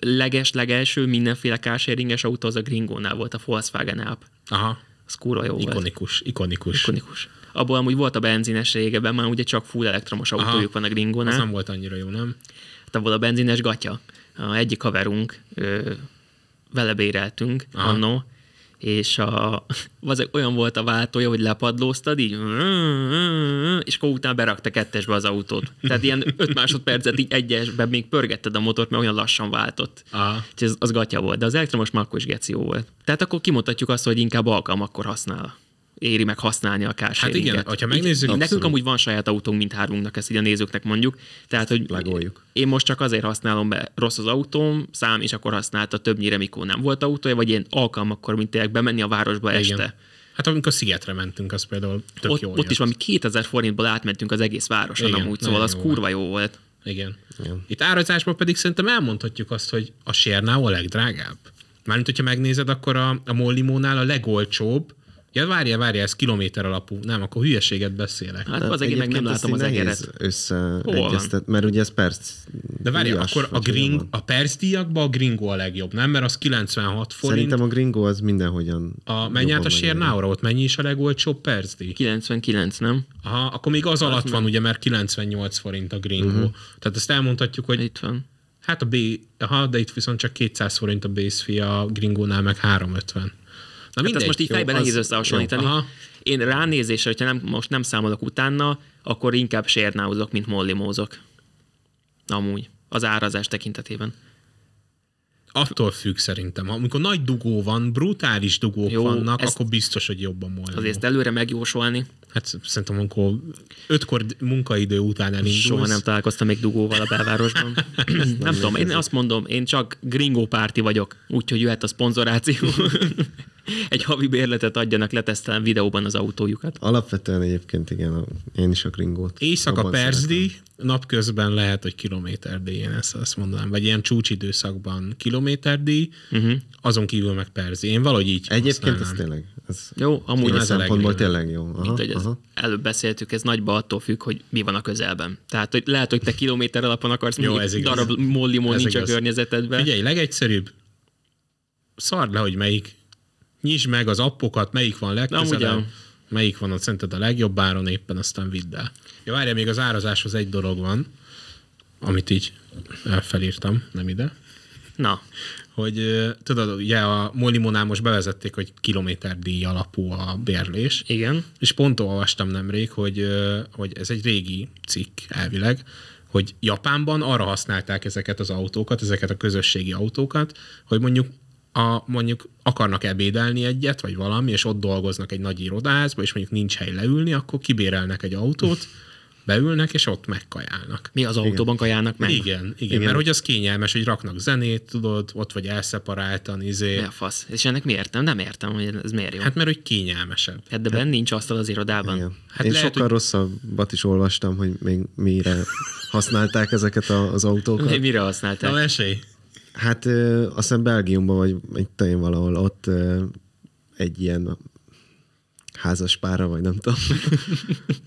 Speaker 1: leges, legelső mindenféle carsharinges autó az a Gringónál volt, a Volkswagen App.
Speaker 2: Aha,
Speaker 1: Az kurva jó volt.
Speaker 2: ikonikus, ikonikus.
Speaker 1: Ikonikus. abból amúgy volt a benzines régebben, már ugye csak full elektromos
Speaker 2: Aha.
Speaker 1: autójuk van a gringónál.
Speaker 2: Az nem volt annyira jó, nem?
Speaker 1: Hát abból a benzines gatya. A egyik haverunk, ö, vele béreltünk
Speaker 2: Aha.
Speaker 1: annó, és a, az olyan volt a váltója, hogy lepadlóztad így, és akkor utána berakta kettesbe az autót. Tehát ilyen 5 másodpercet így egyesben még pörgetted a motort, mert olyan lassan váltott.
Speaker 2: Aha.
Speaker 1: Úgyhogy az, az gatya volt, de az elektromos már akkor is geció volt. Tehát akkor kimutatjuk azt, hogy inkább alkalmakkor használ. Éri meg használni a
Speaker 2: Hát
Speaker 1: kársérinket.
Speaker 2: igen, hogyha megnézzük,
Speaker 1: Nekünk
Speaker 3: Abszolút.
Speaker 1: amúgy van saját autónk mindhármunknak, ezt így a nézőknek mondjuk. Tehát, hogy
Speaker 3: Plagoljuk.
Speaker 1: én most csak azért használom be, rossz az autóm, szám, és akkor használta többnyire, mikor nem volt autója, vagy én alkalmakkor, mint tényleg bemenni a városba este.
Speaker 2: igen. Hát amikor Szigetre mentünk, az például tök
Speaker 1: Ott,
Speaker 2: jó
Speaker 1: ott is valami 2000 forintból átmentünk az egész városon
Speaker 2: Igen,
Speaker 1: igen, amúgy, szóval
Speaker 2: nagyon
Speaker 1: az
Speaker 2: jó
Speaker 1: kurva jó volt.
Speaker 2: Igen. Igen. Itt árazásban pedig szerintem elmondhatjuk azt, hogy a sérnál a legdrágább. Mármint, hogyha megnézed, akkor a, a Mollimónál a legolcsóbb. Ja, várjál, várjál, ez kilométer alapú. Nem, akkor hülyeséget beszélek.
Speaker 1: Hát az én meg nem
Speaker 3: Egyébként
Speaker 1: látom az
Speaker 3: ezt így nehéz
Speaker 1: egeret.
Speaker 3: összeegyeztet, mert ugye ez perc.
Speaker 2: De várjál,
Speaker 3: díjas,
Speaker 2: akkor a,
Speaker 3: vagy hogy
Speaker 2: gring,
Speaker 3: van.
Speaker 2: a percdíjakban a gringo a legjobb, nem? Mert az 96 forint.
Speaker 3: Szerintem a gringo az mindenhogyan.
Speaker 2: a, menj
Speaker 3: jobban
Speaker 2: át a
Speaker 3: megy.
Speaker 2: sérnára, ott mennyi is a legolcsóbb percdíj?
Speaker 1: 99, nem?
Speaker 2: Aha, akkor még
Speaker 1: Hát
Speaker 2: az alatt van, ugye, mert 98 forint a gringo.
Speaker 1: Mhm.
Speaker 2: Uh-huh. Tehát ezt elmondhatjuk, hogy
Speaker 1: Itt van.
Speaker 2: Hát a B, aha, de itt viszont csak 200 forint a base fee, a gringónál meg 350. Na mindegy.
Speaker 1: Hát ezt most így
Speaker 2: jó,
Speaker 1: fejben
Speaker 2: az-
Speaker 1: nehéz összehasonlítani.
Speaker 2: jó, aha.
Speaker 1: Én ránézésre, hogyha nem, most nem számolok utána, akkor inkább sérnáuzok, mint mollimózok. Amúgy. Az árazás tekintetében.
Speaker 2: Attól függ szerintem. Ha- Amikor nagy dugó van, brutális dugók
Speaker 1: Jó,
Speaker 2: jó, vannak,
Speaker 1: ezt-
Speaker 2: ezt... akkor biztos, hogy jobban molna.
Speaker 1: Azért ezt előre megjósolni.
Speaker 2: Hát szerintem, amikor ötkor d- munkaidő után elindulsz.
Speaker 1: Soha nem találkoztam még dugóval a belvárosban. nem, nem tudom, én azt mondom, én csak gringó párti vagyok, úgyhogy jöhet a szponzoráció. Egy havi bérletet adjanak, letesztelem videóban az autójukat.
Speaker 3: Alapvetően egyébként igen, a, én is a gringót.
Speaker 2: Éjszaka
Speaker 3: abban
Speaker 2: percdi, napközben lehet, hogy kilométerdíj, én ezt azt mondanám. Vagy ilyen csúcsidőszakban kilométerdíj, uh-huh. azon kívül meg perzi. Én valahogy így
Speaker 3: Egyébként ez
Speaker 2: használnám.
Speaker 3: tényleg. Ez
Speaker 1: Jó, amúgy
Speaker 3: ilyen
Speaker 1: ez a
Speaker 3: szempontból
Speaker 2: legjobb.
Speaker 3: tényleg jó. Aha,
Speaker 1: Mint hogy ez
Speaker 3: aha.
Speaker 1: előbb beszéltük, ez nagyba attól függ, hogy mi van a közelben. Tehát hogy lehet, hogy te kilométer alapon akarsz,
Speaker 2: Jó,
Speaker 1: Jó,
Speaker 2: ez
Speaker 1: ez
Speaker 2: igaz.
Speaker 1: darab mollimó
Speaker 2: Ez
Speaker 1: nincs
Speaker 2: igaz.
Speaker 1: a környezetedben.
Speaker 2: Figyelj, legegyszerűbb, szard le, hogy melyik. Nyisd meg az appokat, melyik van legközelebb,
Speaker 1: ugyan.
Speaker 2: melyik van ott szerinted a legjobb áron, éppen aztán vidd el. Ja, várjál, még az árazáshoz egy dolog van, amit így felírtam, nem ide,
Speaker 1: Na,
Speaker 2: hogy ö, tudod, ugye a Molimonál most bevezették, hogy kilométerdíj alapú a bérlés,
Speaker 1: igen.
Speaker 2: és pont olvastam nemrég, hogy, ö, hogy ez egy régi cikk elvileg, hogy Japánban arra használták ezeket az autókat, ezeket a közösségi autókat, hogy mondjuk a, mondjuk akarnak ebédelni egyet, vagy valami, és ott dolgoznak egy nagy irodázba, és mondjuk nincs hely leülni, akkor kibérelnek egy autót, beülnek, és ott megkajálnak.
Speaker 1: Mi az autóban kajának meg?
Speaker 2: Igen, igen, igen, mert hogy az kényelmes, hogy raknak zenét, tudod, ott vagy elszeparáltan, izé.
Speaker 1: Mi a fasz? És ennek mi értem? Nem értem, hogy ez miért jó. Hát,
Speaker 2: Hát mert hogy kényelmesebb.
Speaker 1: hát de benn nincs asztal az irodában.
Speaker 3: Igen.
Speaker 2: Hát
Speaker 3: Hát Én
Speaker 2: lehet,
Speaker 3: sokkal
Speaker 2: hogy-
Speaker 3: rosszabbat is olvastam, hogy még mire használták ezeket a, az autókat.
Speaker 1: De Mire használták?
Speaker 2: Na, esély.
Speaker 3: Hát ö, azt hiszem Belgiumban, vagy egy én valahol ott ö, egy ilyen házas pára, vagy nem tudom.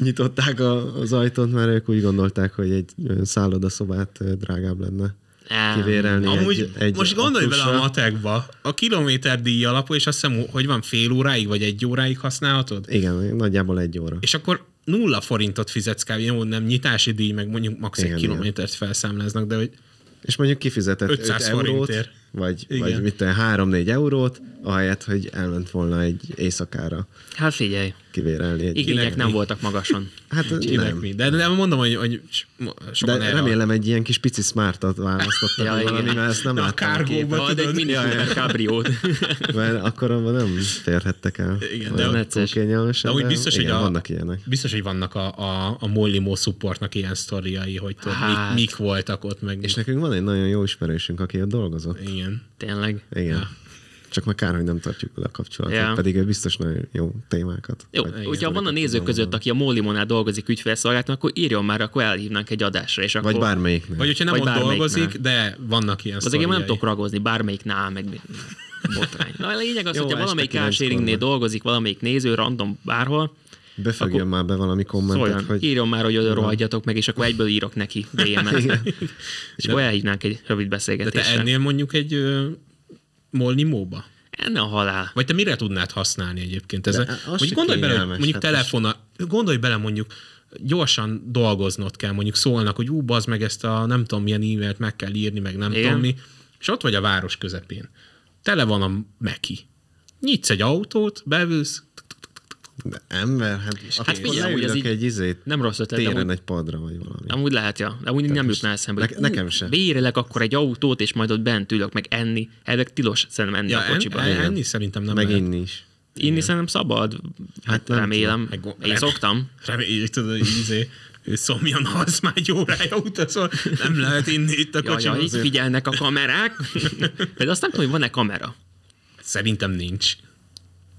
Speaker 3: Nyitották a, az ajtót, mert ők úgy gondolták, hogy egy ö, szállodaszobát ö, drágább lenne
Speaker 1: Á,
Speaker 3: kivérelni.
Speaker 2: Amúgy
Speaker 3: egy, egy
Speaker 2: most gondolj bele
Speaker 3: aktusra.
Speaker 2: a matekba. A kilométer díj alapú, és azt hiszem, hogy van fél óráig, vagy egy óráig használhatod?
Speaker 3: Igen, nagyjából egy óra.
Speaker 2: És akkor nulla forintot fizetsz kb. Jó, nem nyitási díj, meg mondjuk max. egy
Speaker 3: Igen, igen.
Speaker 2: kilométert felszámláznak, de hogy
Speaker 3: És mondjuk kifizetett 500
Speaker 2: 500
Speaker 3: 5 eurót,
Speaker 2: forintért.
Speaker 3: vagy,
Speaker 2: Igen.
Speaker 3: vagy mit tudom, 3-4 eurót, ahelyett, hogy elment volna egy éjszakára
Speaker 1: Hát figyelj,
Speaker 3: kivérelni egy...
Speaker 1: igények nem
Speaker 2: mi?
Speaker 1: voltak magasan.
Speaker 3: Hát
Speaker 2: kinek
Speaker 3: nem.
Speaker 2: mi. De, de mondom, hogy, hogy s- sokan
Speaker 3: De
Speaker 2: erre-
Speaker 3: remélem egy ilyen kis pici smartat választottam,
Speaker 1: Ja,
Speaker 3: ja, valami,
Speaker 1: igen.
Speaker 3: mert ezt nem
Speaker 2: De a
Speaker 3: láttam a
Speaker 2: kárgó-
Speaker 3: képen,
Speaker 2: Ba,
Speaker 1: Ba, de egy
Speaker 2: tudod,
Speaker 1: miniszter kábriót.
Speaker 3: mert akkor abban nem férhettek el.
Speaker 2: Igen,
Speaker 3: Olyan
Speaker 2: de-
Speaker 3: túl kényelmesen,
Speaker 2: De úgy biztos,
Speaker 3: igen,
Speaker 2: hogy a,
Speaker 3: vannak ilyenek.
Speaker 2: biztos, hogy vannak a, a, a Mollimó supportnak ilyen sztoriai, hogy tudod,
Speaker 1: Hát.
Speaker 2: mik, mik, voltak ott, meg
Speaker 3: És
Speaker 2: és
Speaker 3: nekünk van egy nagyon jó ismerősünk, aki ott dolgozott.
Speaker 2: igen.
Speaker 1: Tényleg.
Speaker 3: Igen. Csak már kár, hogy nem tartjuk vele a kapcsolatot,
Speaker 1: Ja.
Speaker 3: pedig ő biztos nagyon jó témákat.
Speaker 1: Jó,
Speaker 3: vagy-
Speaker 1: hogyha van a nézők között, aki a Mólimonál dolgozik ügyfélszolgálatban, akkor írjon már, akkor elhívnánk egy adásra, és akkor...
Speaker 3: Vagy bármelyiknél.
Speaker 2: Vagy hogyha nem
Speaker 1: Vagy
Speaker 2: ott
Speaker 1: bármelyiknál.
Speaker 2: dolgozik, de vannak ilyen
Speaker 1: Az engem nem
Speaker 2: sztoriai.
Speaker 1: tudok ragozni, bármelyiknál, meg mi- botrány. Na, a lényeg az,
Speaker 3: Jó,
Speaker 1: hogyha
Speaker 3: este
Speaker 1: valamelyik
Speaker 3: kilenckor
Speaker 1: carsharingnél
Speaker 3: van.
Speaker 1: dolgozik, valamelyik néző, random, bárhol,
Speaker 3: Befögjön már be valami kommentet,
Speaker 1: szóljon, hogy...
Speaker 3: hogy
Speaker 1: írjon már, hogy oda rohadjatok meg, és akkor egyből írok neki DM-et. és akkor elhívnánk egy rövid
Speaker 2: De te
Speaker 1: beszélgetésre.
Speaker 2: ennél mondjuk egy ö, molnimóba?
Speaker 1: Enne a halál.
Speaker 2: Vagy te mire tudnád használni egyébként? Ez,
Speaker 3: az
Speaker 2: mondjuk
Speaker 3: se
Speaker 2: gondolj bele, hogy
Speaker 3: kényelmes,
Speaker 2: mondjuk
Speaker 3: hát az-
Speaker 2: telefona, gondolj bele mondjuk, gyorsan dolgoznod kell, mondjuk szólnak, hogy ú, bazd meg ezt a nem tudom milyen e-mailt meg kell írni, meg nem
Speaker 1: Igen.
Speaker 2: tudom mi, és ott vagy a város közepén. Tele van a meki. Nyitsz egy autót, beülsz,
Speaker 3: De ember, hát, és
Speaker 1: hát figyelj, hogy ez
Speaker 3: leülök
Speaker 1: így
Speaker 3: egy izét,
Speaker 1: nem rossz ötlet, de
Speaker 3: téren
Speaker 1: amúgy-
Speaker 3: egy padra vagy valami.
Speaker 1: Amúgy lehet, ja. De amúgy nem jutná eszembe. hogy
Speaker 3: ne-
Speaker 1: ú,
Speaker 3: nekem sem.
Speaker 1: Bérelek akkor egy autót, és majd ott bent ülök, meg enni. Ezek tilos szerintem enni
Speaker 2: ja,
Speaker 1: a kocsiban.
Speaker 2: en, enni szerintem nem
Speaker 3: meg
Speaker 2: lehet.
Speaker 3: inni is.
Speaker 1: Inni szerintem szabad. Hát
Speaker 3: nem
Speaker 1: remélem.
Speaker 2: tudom. Meg-
Speaker 1: Én szoktam.
Speaker 2: Reméljük, tudod, hogy izé, ő szomjan halsz már egy órája utazol, nem lehet inni itt a
Speaker 1: Jaj,
Speaker 2: kocsiban.
Speaker 1: jaj, figyelnek a kamerák. De azt nem tudom, hogy van-e kamera.
Speaker 2: Szerintem nincs.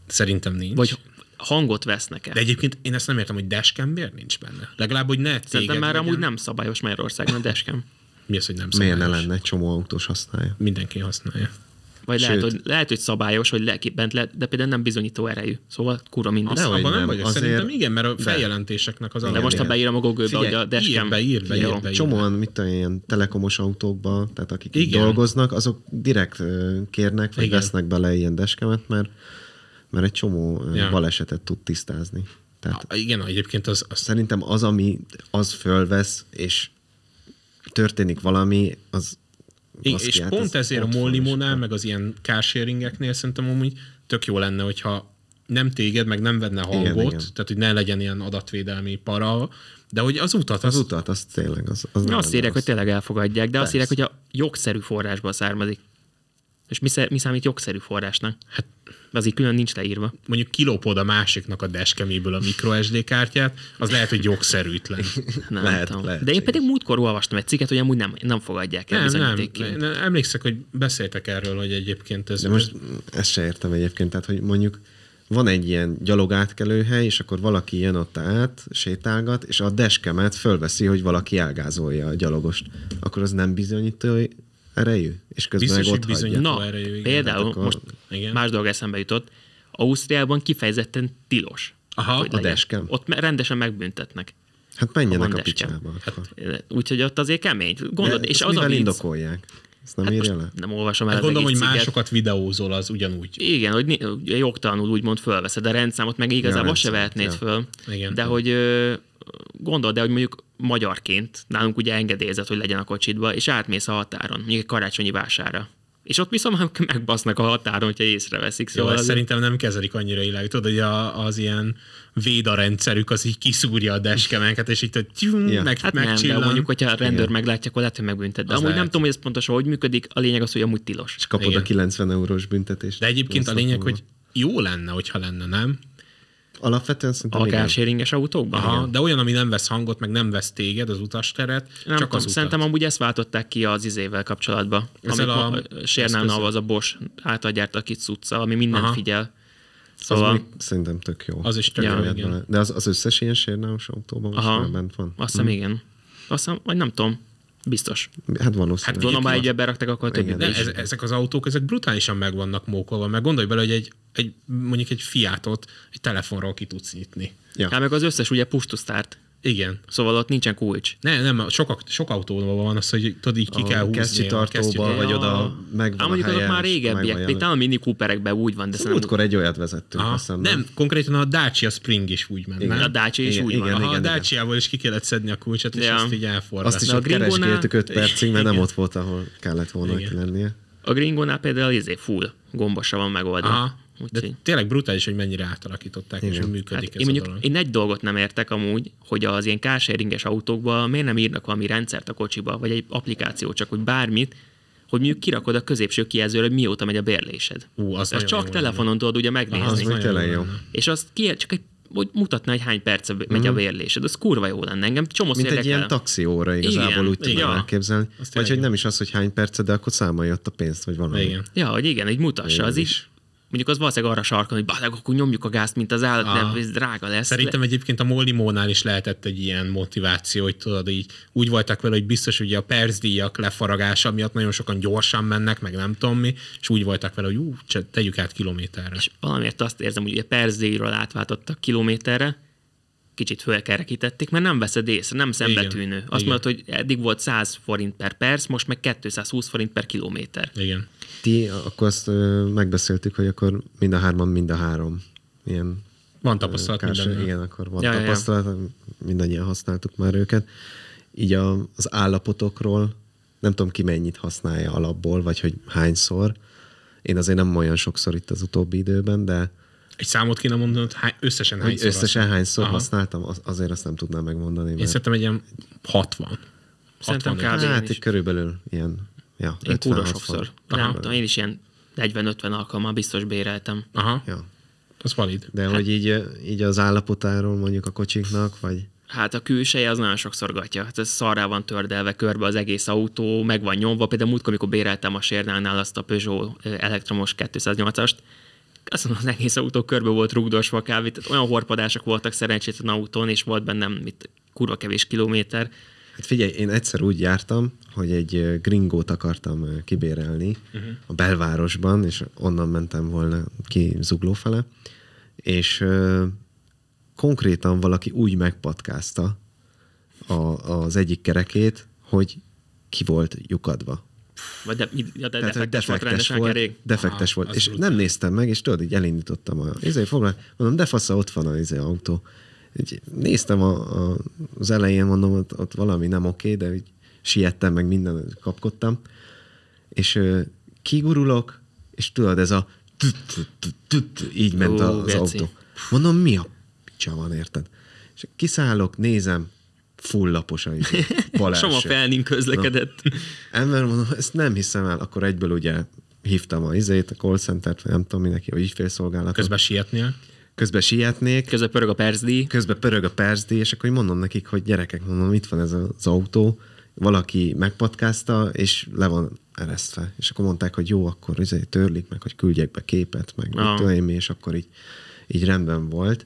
Speaker 2: Szerintem nincs.
Speaker 1: Vagy hangot vesznek-e.
Speaker 2: De egyébként én ezt nem értem, hogy dashcam miért nincs benne. Legalább, hogy ne téged
Speaker 1: Szerintem már
Speaker 2: legyen.
Speaker 1: amúgy nem szabályos Magyarországon a deskem.
Speaker 2: Mi az, hogy nem
Speaker 3: Miért ne
Speaker 2: szabályos?
Speaker 3: lenne, egy csomó autós használja.
Speaker 2: Mindenki használja.
Speaker 1: Vagy lehet
Speaker 3: Sőt.
Speaker 1: hogy, lehet, hogy szabályos, hogy lelki bent lehet, de például nem bizonyító erejű. Szóval kura mindegy.
Speaker 3: Azt-
Speaker 2: Abban
Speaker 3: Dehogy
Speaker 2: nem
Speaker 3: nem,
Speaker 2: vagyok.
Speaker 3: azért-
Speaker 2: Szerintem igen, mert a
Speaker 3: De.
Speaker 2: feljelentéseknek az
Speaker 1: De
Speaker 2: alapja.
Speaker 1: most, ha
Speaker 3: igen.
Speaker 1: beírom a Google-be,
Speaker 2: Figyelj,
Speaker 1: hogy a
Speaker 2: írd
Speaker 1: deskem...
Speaker 2: be, írd be,
Speaker 1: Jó.
Speaker 2: írd be.
Speaker 3: Csomóan, mit tudom, én, ilyen telekomos autókban, tehát akik így
Speaker 2: Igen.
Speaker 3: dolgoznak, azok direkt ö, kérnek, vagy
Speaker 2: Igen.
Speaker 3: vesznek bele ilyen deskemet, mert, mert egy csomó ö,
Speaker 2: Ja.
Speaker 3: balesetet tud tisztázni. Tehát
Speaker 2: Ah, Igen, egyébként az, az
Speaker 3: szerintem az, ami az fölvesz, és történik valami, az
Speaker 2: és,
Speaker 3: baszki,
Speaker 2: és
Speaker 3: hát
Speaker 2: pont
Speaker 3: ez
Speaker 2: ezért a
Speaker 3: ott van is.
Speaker 2: Mollimónál, meg az ilyen carsharingeknél szerintem amúgy tök jó lenne, hogyha nem téged, meg nem vedne hangot, igen,
Speaker 3: igen.
Speaker 2: igen. tehát hogy ne legyen ilyen adatvédelmi para, de hogy az utat,
Speaker 3: Az
Speaker 2: az,
Speaker 3: utat, az tényleg, az, az
Speaker 1: Na,
Speaker 3: nem
Speaker 1: azt
Speaker 3: lenne
Speaker 1: írják, hogy
Speaker 3: rossz.
Speaker 1: tényleg elfogadják, de azt
Speaker 3: Persze.
Speaker 1: írják, hogy a jogszerű forrásból származik. És mi, sze- mi számít jogszerű forrásnak? Hát, az így külön nincs leírva.
Speaker 2: mondjuk kilopod a másiknak a deskeméből a microSD kártyát, az lehet, hogy jogszerűtlen.
Speaker 1: Nem
Speaker 3: Lehet,
Speaker 1: tudom.
Speaker 3: lehet,
Speaker 1: De én
Speaker 3: igen.
Speaker 1: pedig múltkor olvastam egy cikket, hogy amúgy nem, nem fogadják el
Speaker 2: Nem, nem,
Speaker 1: bizonyítékként.
Speaker 2: nem, emlékszek, hogy beszéltek erről, hogy egyébként ez... Hát
Speaker 3: De most ezt se értem egyébként, tehát hogy mondjuk van egy ilyen gyalogátkelőhely, és akkor valaki jön ott át, sétálgat, és a deskemet fölveszi, hogy valaki elgázolja a gyalogost. Akkor az nem bizonyító erejű? És közben
Speaker 2: Biztos,
Speaker 3: meg
Speaker 2: hogy
Speaker 3: ott bizonyít.
Speaker 2: bizonyító.
Speaker 3: hagyja.
Speaker 1: Na,
Speaker 2: erejű, igen,
Speaker 1: például
Speaker 3: hát akkor-
Speaker 1: most igen.
Speaker 2: igen.
Speaker 1: más dolog eszembe jutott, Ausztriában kifejezetten tilos.
Speaker 2: Aha,
Speaker 1: hogy
Speaker 2: a
Speaker 1: legyen.
Speaker 3: deskem.
Speaker 1: Ott me- rendesen megbüntetnek.
Speaker 3: Hát
Speaker 1: Ha
Speaker 3: menjenek
Speaker 1: van
Speaker 3: a
Speaker 1: deskem.
Speaker 3: picsába.
Speaker 2: Hát
Speaker 3: akkor.
Speaker 1: Úgyhogy ott azért kemény. Gondolod,
Speaker 3: De
Speaker 1: és
Speaker 3: ezt
Speaker 1: az a
Speaker 3: mivel
Speaker 1: vicc, Hát
Speaker 3: indokolják? Ezt nem írja le?
Speaker 1: nem olvasom el
Speaker 2: Hát
Speaker 1: az
Speaker 2: gondolom, hogy
Speaker 1: egész cikket.
Speaker 2: másokat videózol, az ugyanúgy.
Speaker 1: Igen, hogy ni- ugye jogtalanul úgymond fölveszed a rendszámot, meg igazából
Speaker 3: Ja,
Speaker 1: se
Speaker 3: rendszámot,
Speaker 1: vehetnéd
Speaker 3: ja.
Speaker 1: föl.
Speaker 2: Igen.
Speaker 1: De hogy ö, gondold el, hogy mondjuk magyarként, nálunk ugye engedélyezett, hogy legyen a kocsitba, és átmész a határon, mondjuk egy karácsonyi vására. És ott viszont már megbasznak a határon, hogyha észreveszik.
Speaker 2: Jó,
Speaker 1: Szóval
Speaker 2: ezt
Speaker 1: az-
Speaker 2: szerintem nem kezelik annyira illeg. Tudod, hogy a, az ilyen védarendszerük az így kiszúrja a deskemenket, és így tudod, tyűn,
Speaker 3: Ja.
Speaker 2: meg,
Speaker 1: Hát nem, de
Speaker 2: megcsillan.
Speaker 1: mondjuk, hogyha a rendőr meglátja, akkor lehet, hogy megbüntet. De
Speaker 2: Az
Speaker 1: amúgy nem
Speaker 2: lehet.
Speaker 1: tudom, hogy ez pontosan hogy működik, a lényeg az, hogy amúgy tilos.
Speaker 3: És kapod
Speaker 2: Igen.
Speaker 3: a 90 eurós büntetést.
Speaker 2: De egyébként a
Speaker 3: Viszont
Speaker 2: lényeg,
Speaker 3: mondom.
Speaker 2: hogy jó lenne, hogyha lenne, nem?
Speaker 3: Alapvetően szerintem
Speaker 1: Akár
Speaker 3: igen.
Speaker 1: sharinges autókban?
Speaker 2: Hát Aha, de olyan, ami nem vesz hangot, meg nem vesz téged, az utasteret,
Speaker 1: Nem
Speaker 2: csak
Speaker 1: tudom,
Speaker 2: az
Speaker 1: szerintem amúgy ezt váltották ki az izével kapcsolatban.
Speaker 2: Ezzel a-
Speaker 1: Amit a Sérnánál
Speaker 2: eszközzel?
Speaker 1: az a Bosch által gyárt a kicucca, ami mindent
Speaker 2: Aha.
Speaker 1: figyel.
Speaker 3: Az
Speaker 1: Szóval
Speaker 3: még szerintem tök jó.
Speaker 2: Az is tök
Speaker 1: Ja.
Speaker 2: jó,
Speaker 3: Olyat
Speaker 2: igen.
Speaker 3: van. De az, az összes ilyen sérnámos autóban most
Speaker 1: Aha.
Speaker 3: már bent van.
Speaker 1: azt
Speaker 2: Mhm.
Speaker 1: hiszem igen. Azt hiszem, vagy nem tudom, biztos.
Speaker 3: Hát valószínűleg.
Speaker 1: Gondolom, ha egybe beraktak, akkor a többi.
Speaker 3: Igen.
Speaker 2: De
Speaker 1: is.
Speaker 2: ez, ezek az autók, ezek brutálisan meg vannak mókolva, meg gondolj bele, hogy egy, egy, mondjuk egy Fiatot egy telefonról ki tudsz nyitni.
Speaker 3: Ja.
Speaker 1: Hát meg az összes ugye pustusztárt,
Speaker 2: Igen.
Speaker 1: szóval ott nincsen kulcs.
Speaker 2: Ne, nem, sok, sok autóban van az, hogy tudod, így ki kell
Speaker 3: A
Speaker 2: húzni.
Speaker 3: kesztyűtartóba,
Speaker 2: kesztyűt.
Speaker 3: vagy
Speaker 1: Ja.
Speaker 3: oda megvan
Speaker 1: Hát
Speaker 3: a Szóval
Speaker 1: mondjuk azok
Speaker 3: helye,
Speaker 1: már
Speaker 3: és
Speaker 1: régebbiek,
Speaker 3: megvan
Speaker 1: még
Speaker 3: jelen.
Speaker 1: talán a mini Cooperekben úgy van, de szerintem
Speaker 3: Múltkor egy olyat vezettünk,
Speaker 2: Aha.
Speaker 3: azt hiszem,
Speaker 2: nem, konkrétan a Dacia Spring is úgy ment,
Speaker 1: a
Speaker 2: nem?
Speaker 1: Dacia is
Speaker 3: Igen,
Speaker 1: úgy van.
Speaker 3: igen,
Speaker 2: Aha,
Speaker 1: Aha,
Speaker 2: a
Speaker 3: igen.
Speaker 2: Dacia-ból is ki kellett szedni a kulcsot, és
Speaker 1: Ja.
Speaker 2: azt így elforgatni.
Speaker 3: Azt is
Speaker 1: Na, a
Speaker 3: ott
Speaker 1: Gringónál-
Speaker 3: keresgéltük 5 percig, mert nem ott volt, ahol kellett volna
Speaker 2: Igen.
Speaker 3: hogy lennie.
Speaker 1: A Gringónál például izé full gombosa van megoldva.
Speaker 2: Aha. De
Speaker 1: Úgyhogy...
Speaker 2: tényleg brutális, hogy mennyire átalakították, és hogy működik
Speaker 1: Hát
Speaker 2: hát,
Speaker 1: én
Speaker 2: ez
Speaker 1: mondjuk
Speaker 2: a dolog.
Speaker 1: én egy dolgot nem értek amúgy, hogy az ilyen kárséringes autókban miért nem írnak valami rendszert a kocsiba, vagy egy applikáció, csak hogy bármit, hogy mondjuk kirakod a középső kijelzőre, hogy mióta megy a bérlésed.
Speaker 2: Ú, az
Speaker 1: Azt
Speaker 2: nagyon
Speaker 1: csak
Speaker 2: jó
Speaker 1: telefonon tudod ugye
Speaker 2: Aha,
Speaker 1: megnézni.
Speaker 3: Az
Speaker 2: nagyon
Speaker 3: meg tényleg
Speaker 2: jó
Speaker 3: jó.
Speaker 2: lenne.
Speaker 1: és azt ki, csak egy, hogy mutatná, hogy hány perce megy
Speaker 2: Mhm.
Speaker 1: a bérlésed. Az kurva jó lenne. Engem csomó
Speaker 3: Mint egy ilyen taxi óra igazából
Speaker 1: Igen,
Speaker 3: úgy tudom
Speaker 1: igen.
Speaker 3: elképzelni.
Speaker 2: Azt
Speaker 3: Vagy
Speaker 2: tényleg
Speaker 3: hogy
Speaker 2: jó.
Speaker 3: nem is az, hogy hány perce, de akkor számolja ott a pénzt, vagy valami.
Speaker 2: Igen.
Speaker 1: Ja, hogy igen, hogy mutassa, az is. Mondjuk az valószínűleg arra sarkon, hogy bazeg, akkor nyomjuk a gázt, mint az állat,
Speaker 2: Aha.
Speaker 1: de ez drága lesz.
Speaker 2: Szerintem egyébként a Mollimónál is lehetett egy ilyen motiváció, hogy tudod, így úgy voltak vele, hogy biztos, hogy a percdíjak lefaragása miatt nagyon sokan gyorsan mennek, meg nem tudom mi, és úgy voltak vele, hogy ú, cse- tegyük át kilométerre.
Speaker 1: és valamiért azt érzem, hogy ugye Perzéről átváltottak kilométerre, kicsit fölkerekítették, mert nem veszed észre, nem szembetűnő.
Speaker 2: Igen.
Speaker 1: Azt
Speaker 2: Igen.
Speaker 1: mondod, hogy eddig volt 100 forint per perc, most meg 220 forint per kilométer.
Speaker 2: Igen.
Speaker 3: Ti akkor azt ö, megbeszéltük, hogy akkor mind a hárman, mind a három. Ilyen
Speaker 2: Van
Speaker 3: ö,
Speaker 2: tapasztalat
Speaker 3: kárs-
Speaker 2: mindenben.
Speaker 3: Igen, akkor van
Speaker 1: Ja,
Speaker 3: ja,
Speaker 1: ja, ja.
Speaker 3: tapasztalat, mindannyian használtuk már őket. Így a, az állapotokról nem tudom ki mennyit használja alapból, vagy hogy hányszor. Én azért nem olyan sokszor itt az utóbbi időben, de
Speaker 2: Egy számot kéne mondanod, hány, összesen
Speaker 3: hogy
Speaker 2: hányszor
Speaker 3: összesen
Speaker 2: használ-
Speaker 3: hányszor
Speaker 2: Aha.
Speaker 3: használtam, az, azért azt nem tudnám megmondani.
Speaker 2: Én
Speaker 3: Mert...
Speaker 2: szerintem egy ilyen 60.
Speaker 1: Szerintem
Speaker 2: 65.
Speaker 1: kb.
Speaker 3: Hát,
Speaker 1: én
Speaker 3: így
Speaker 1: is.
Speaker 3: körülbelül ilyen, ja,
Speaker 1: Én kurva
Speaker 3: 50-60.
Speaker 1: sokszor. Nem tudom, én is ilyen 40-50 alkalommal biztos béreltem.
Speaker 2: Aha,
Speaker 3: Ja.
Speaker 2: az valid.
Speaker 3: De hogy így, ö, így az állapotáról mondjuk a kocsiknak, vagy
Speaker 1: Hát a külseje az nagyon sokszor gatya. Hát ez szarrá van tördelve körbe az egész autó, meg van nyomva. Például múltkor, amikor béreltem a sérnálnál azt a Peugeot ö, elektromos 208-ast, azt mondom, az egész autó körbe volt rugdosva kb. Tehát olyan horpadások voltak szerencsétlen autón, és volt bennem mit, kurva kevés kilométer.
Speaker 3: Hát figyelj, én egyszer úgy jártam, hogy egy ö, gringót akartam ö, kibérelni uh-huh. a belvárosban, és onnan mentem volna ki zugló fele, és ö, konkrétan valaki úgy megpatkázta a, az egyik kerekét, hogy ki volt lyukadva.
Speaker 1: Vagy de, mi- ja, de
Speaker 3: Tehát, hogy
Speaker 1: defektes volt
Speaker 3: defektes
Speaker 1: rendesen a
Speaker 3: volt,
Speaker 1: kerék.
Speaker 3: defektes
Speaker 2: Aha,
Speaker 3: volt.
Speaker 2: az
Speaker 3: És
Speaker 2: brutális.
Speaker 3: nem néztem meg, és tudod, így elindítottam a izé foglalt, mondom, de fasza, ott van a izé autó. Így néztem a, a, az elején, mondom, ott, ott valami nem oké, de így siettem, meg minden, kapkodtam. És ö, kigurulok, és tudod, ez a tüt, tüt, tüt, tüt, így ment
Speaker 1: Ó,
Speaker 3: az
Speaker 1: geci.
Speaker 3: autó. Mondom, mi a picsa van, érted? És kiszállok, nézem, full lapos a izé, bal
Speaker 1: Soma
Speaker 3: első.
Speaker 1: felnén közlekedett.
Speaker 3: Ember mondom, ezt nem hiszem el, akkor egyből ugye hívtam a izét, a call centert, vagy nem tudom mindenki, a ügyfélszolgálatot. Közben,
Speaker 2: Közben sietnél.
Speaker 3: közben sietnék,
Speaker 1: Közben pörög a percdíj.
Speaker 3: közben pörög a percdi, és akkor így mondom nekik, hogy gyerekek, mondom, itt van ez az autó, valaki megpatkázta, és le van eresztve. És akkor mondták, hogy jó, akkor izé törlik meg, hogy küldjek be képet, meg mit
Speaker 1: Ah.
Speaker 3: tudom én mi, és akkor így, így rendben volt.